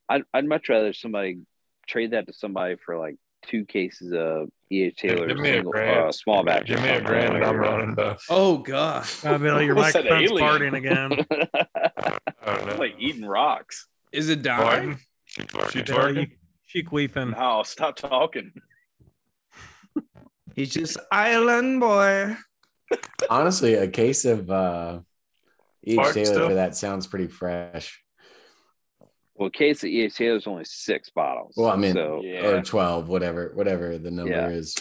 Speaker 5: I'd I'd much rather somebody trade that to somebody for like two cases of E. H.
Speaker 1: Yeah,
Speaker 5: Taylor
Speaker 1: give me a
Speaker 5: single-
Speaker 1: grand.
Speaker 5: uh, small batch.
Speaker 1: Give me a grand and I'm running both.
Speaker 4: Oh god.
Speaker 8: Uh, Billy, your
Speaker 3: What's that
Speaker 8: microphone's
Speaker 3: alien?
Speaker 8: farting again.
Speaker 5: [LAUGHS]
Speaker 1: I don't
Speaker 3: It's
Speaker 1: know.
Speaker 3: like eating rocks.
Speaker 4: Is it dying?
Speaker 1: Martin,
Speaker 8: Billy,
Speaker 1: she
Speaker 8: you,
Speaker 1: twerking?
Speaker 8: she
Speaker 6: Mm-hmm.
Speaker 8: queefing.
Speaker 3: No, Oh, stop talking. [LAUGHS]
Speaker 4: He's just island boy.
Speaker 6: Honestly, a case of uh, each
Speaker 1: Fart
Speaker 6: Taylor
Speaker 1: still?
Speaker 6: for that sounds pretty fresh.
Speaker 5: Well, a case of E. H. Taylor is only six bottles.
Speaker 6: Well, I mean,
Speaker 5: so yeah,
Speaker 3: Yeah.
Speaker 6: Or twelve, whatever, whatever the number
Speaker 5: Yeah.
Speaker 6: is.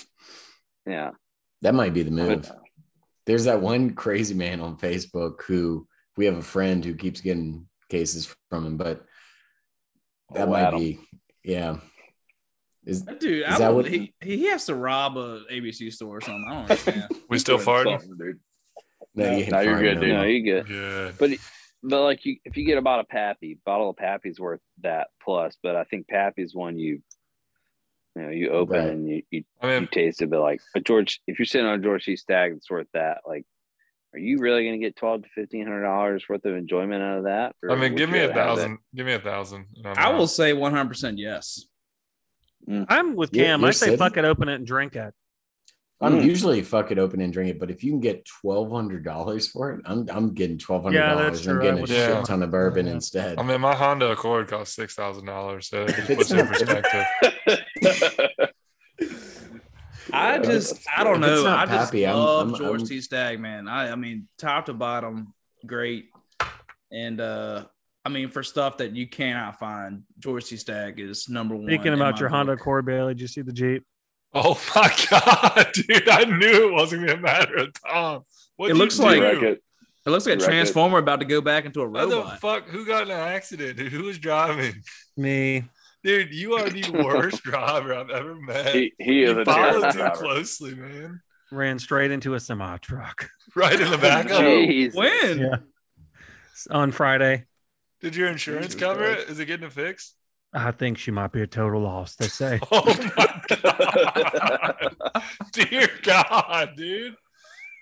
Speaker 6: That might be the move. There's that one crazy man on Facebook who we have a friend who keeps getting cases from him, but that
Speaker 5: Oh,
Speaker 6: might
Speaker 5: Adam.
Speaker 6: be, yeah. Is
Speaker 4: Dude, I
Speaker 6: that
Speaker 4: would,
Speaker 6: what-
Speaker 4: he, he has to rob a ABC store or something. [LAUGHS] I don't understand.
Speaker 1: We still farting?
Speaker 3: dude.
Speaker 6: no, you hit
Speaker 3: No, you're
Speaker 6: fine,
Speaker 3: good,
Speaker 6: no,
Speaker 3: dude.
Speaker 5: no,
Speaker 6: no.
Speaker 5: you good.
Speaker 1: Good.
Speaker 5: But like you, if you get a bottle of Pappy, bottle of Pappy's worth that plus. But I think Pappy's one you, you know, you open
Speaker 6: Right.
Speaker 5: and you, you,
Speaker 1: I
Speaker 5: you
Speaker 1: mean,
Speaker 5: taste it. But like a George, if you're sitting on a George C. Stag, it's worth that. Like, are you really going to get twelve to fifteen hundred dollars worth of enjoyment out of that? Or
Speaker 1: I mean,
Speaker 5: would
Speaker 1: give
Speaker 5: you
Speaker 1: me a
Speaker 5: rather have that?
Speaker 1: thousand. Give me a thousand. and I'm
Speaker 4: I
Speaker 6: Um,
Speaker 1: out.
Speaker 4: will say 100% yes.
Speaker 8: I'm with
Speaker 6: You're-
Speaker 8: Cam. I
Speaker 6: you're
Speaker 8: say
Speaker 6: sitting?
Speaker 8: fuck it, open it, and drink it.
Speaker 6: I'm
Speaker 5: Mm.
Speaker 6: usually fuck it open and drink it, but if you can get twelve hundred dollars for it, I'm I'm getting twelve hundred
Speaker 8: Yeah, that's
Speaker 6: dollars. I'm
Speaker 8: true. I
Speaker 6: getting a
Speaker 8: would-
Speaker 1: Yeah.
Speaker 6: shit ton of bourbon
Speaker 8: Yeah.
Speaker 6: instead.
Speaker 1: I mean, my Honda Accord cost six thousand dollars, so it just
Speaker 6: It's
Speaker 1: puts it in
Speaker 6: not-
Speaker 1: perspective.
Speaker 4: I
Speaker 5: [LAUGHS]
Speaker 6: Yeah,
Speaker 4: just,
Speaker 6: that's
Speaker 4: I don't
Speaker 6: good. If it's
Speaker 4: know.
Speaker 6: not
Speaker 4: I just
Speaker 6: Pappy, I'm-
Speaker 4: love
Speaker 6: I'm-
Speaker 4: George
Speaker 6: I'm-
Speaker 4: T. Stag, man. I, I mean, top to bottom, great. And uh I mean, for stuff that you cannot find, George T. Stag is number one.
Speaker 8: Speaking
Speaker 4: in
Speaker 8: about
Speaker 4: my
Speaker 8: your Honda
Speaker 4: book.
Speaker 8: Accord, Bailey, did you see the Jeep?
Speaker 1: Oh my [LAUGHS] god, dude! I knew it wasn't gonna matter of time. What
Speaker 4: It looks
Speaker 1: do?
Speaker 4: like-
Speaker 3: Record.
Speaker 4: It looks like a
Speaker 3: Wreck-It.
Speaker 4: Transformer about to go back into a
Speaker 1: What the
Speaker 4: robot.
Speaker 1: fuck? Who got in an accident? Dude, who was driving?
Speaker 8: Me.
Speaker 1: Dude, you are the worst driver I've ever met.
Speaker 3: He, he is
Speaker 1: you
Speaker 3: a
Speaker 1: follow
Speaker 3: terrible
Speaker 1: too
Speaker 3: driver.
Speaker 1: closely, man.
Speaker 8: Ran straight into a semi truck
Speaker 1: Right in the back of it.
Speaker 5: Jeez.
Speaker 4: When?
Speaker 8: Yeah. on Friday.
Speaker 1: Did your insurance
Speaker 3: Jesus
Speaker 1: cover
Speaker 3: Christ.
Speaker 1: it? Is it getting it fixed? [LAUGHS]
Speaker 8: I think she might be a total loss, they
Speaker 6: [LAUGHS]
Speaker 8: say.
Speaker 1: Oh my god, [LAUGHS] dear God, dude!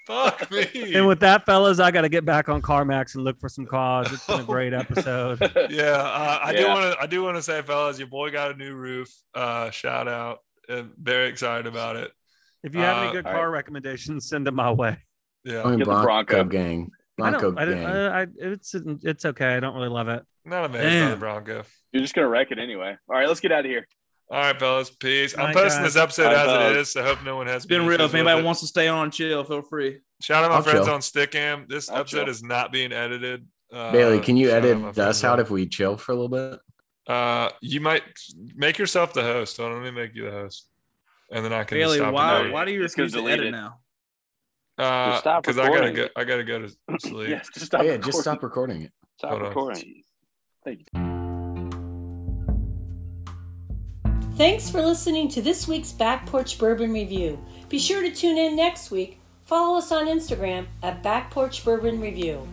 Speaker 1: Fuck me.
Speaker 8: and with that, fellas, I got to get back on CarMax and look for some cars. It's been
Speaker 6: [LAUGHS]
Speaker 8: a great episode.
Speaker 1: yeah, uh, I do
Speaker 3: Yeah.
Speaker 1: want to. I do want to say, fellas, your boy got a new roof. Uh, shout out! Uh, very excited about it.
Speaker 8: If you have any
Speaker 1: Uh,
Speaker 8: good
Speaker 3: all
Speaker 8: car recommendations, send them my way.
Speaker 1: Yeah,
Speaker 6: I
Speaker 8: Oh,
Speaker 6: mean,
Speaker 3: Get the
Speaker 6: Bronco,
Speaker 3: Bronco.
Speaker 6: gang,
Speaker 8: I
Speaker 6: Bronco
Speaker 8: don't, uh, I, don't-
Speaker 6: gang.
Speaker 8: I, I, it's, it's okay. I don't really love it.
Speaker 1: not amazed by the
Speaker 4: Damn.
Speaker 1: Bronco.
Speaker 3: You're just going to wreck it anyway. All right, let's get out of here.
Speaker 1: All right, fellas. Peace. I'm
Speaker 8: Night,
Speaker 1: posting
Speaker 8: guys.
Speaker 1: this episode
Speaker 3: Bye,
Speaker 1: as
Speaker 3: fellas.
Speaker 1: it is. I hope no one has
Speaker 4: It's been
Speaker 1: any
Speaker 4: real.
Speaker 1: issues
Speaker 4: If anybody
Speaker 1: with it.
Speaker 4: wants to stay on and chill, feel free.
Speaker 1: shout out my
Speaker 6: I'll
Speaker 1: friends
Speaker 6: chill.
Speaker 1: on Stickam. This
Speaker 3: I'll
Speaker 1: episode
Speaker 3: chill.
Speaker 1: is not being edited. Uh,
Speaker 6: Bailey, can you
Speaker 1: shout out my
Speaker 6: edit
Speaker 1: friends
Speaker 6: us out
Speaker 1: on-
Speaker 6: if we chill for a little bit?
Speaker 1: Uh, you might make yourself the host. Hold on, let me make you the host, and then I can
Speaker 4: Bailey,
Speaker 1: just stop
Speaker 4: why
Speaker 1: and
Speaker 4: why do you
Speaker 3: Just go
Speaker 4: refuse to
Speaker 3: delete
Speaker 4: edit
Speaker 3: it.
Speaker 4: now?
Speaker 1: edit.
Speaker 5: stop
Speaker 1: Because Uh, I gotta
Speaker 5: recording.
Speaker 1: go. I gotta go
Speaker 5: [CLEARS THROAT]
Speaker 1: to sleep.
Speaker 3: Yes, just stop.
Speaker 6: yeah, just
Speaker 3: recording.
Speaker 6: stop recording it.
Speaker 5: Stop
Speaker 1: Hold on.
Speaker 5: recording.
Speaker 2: Thanks for listening to this week's Back Porch Bourbon Review. Be sure to tune in next week. Follow us on Instagram at Back Porch Bourbon Review.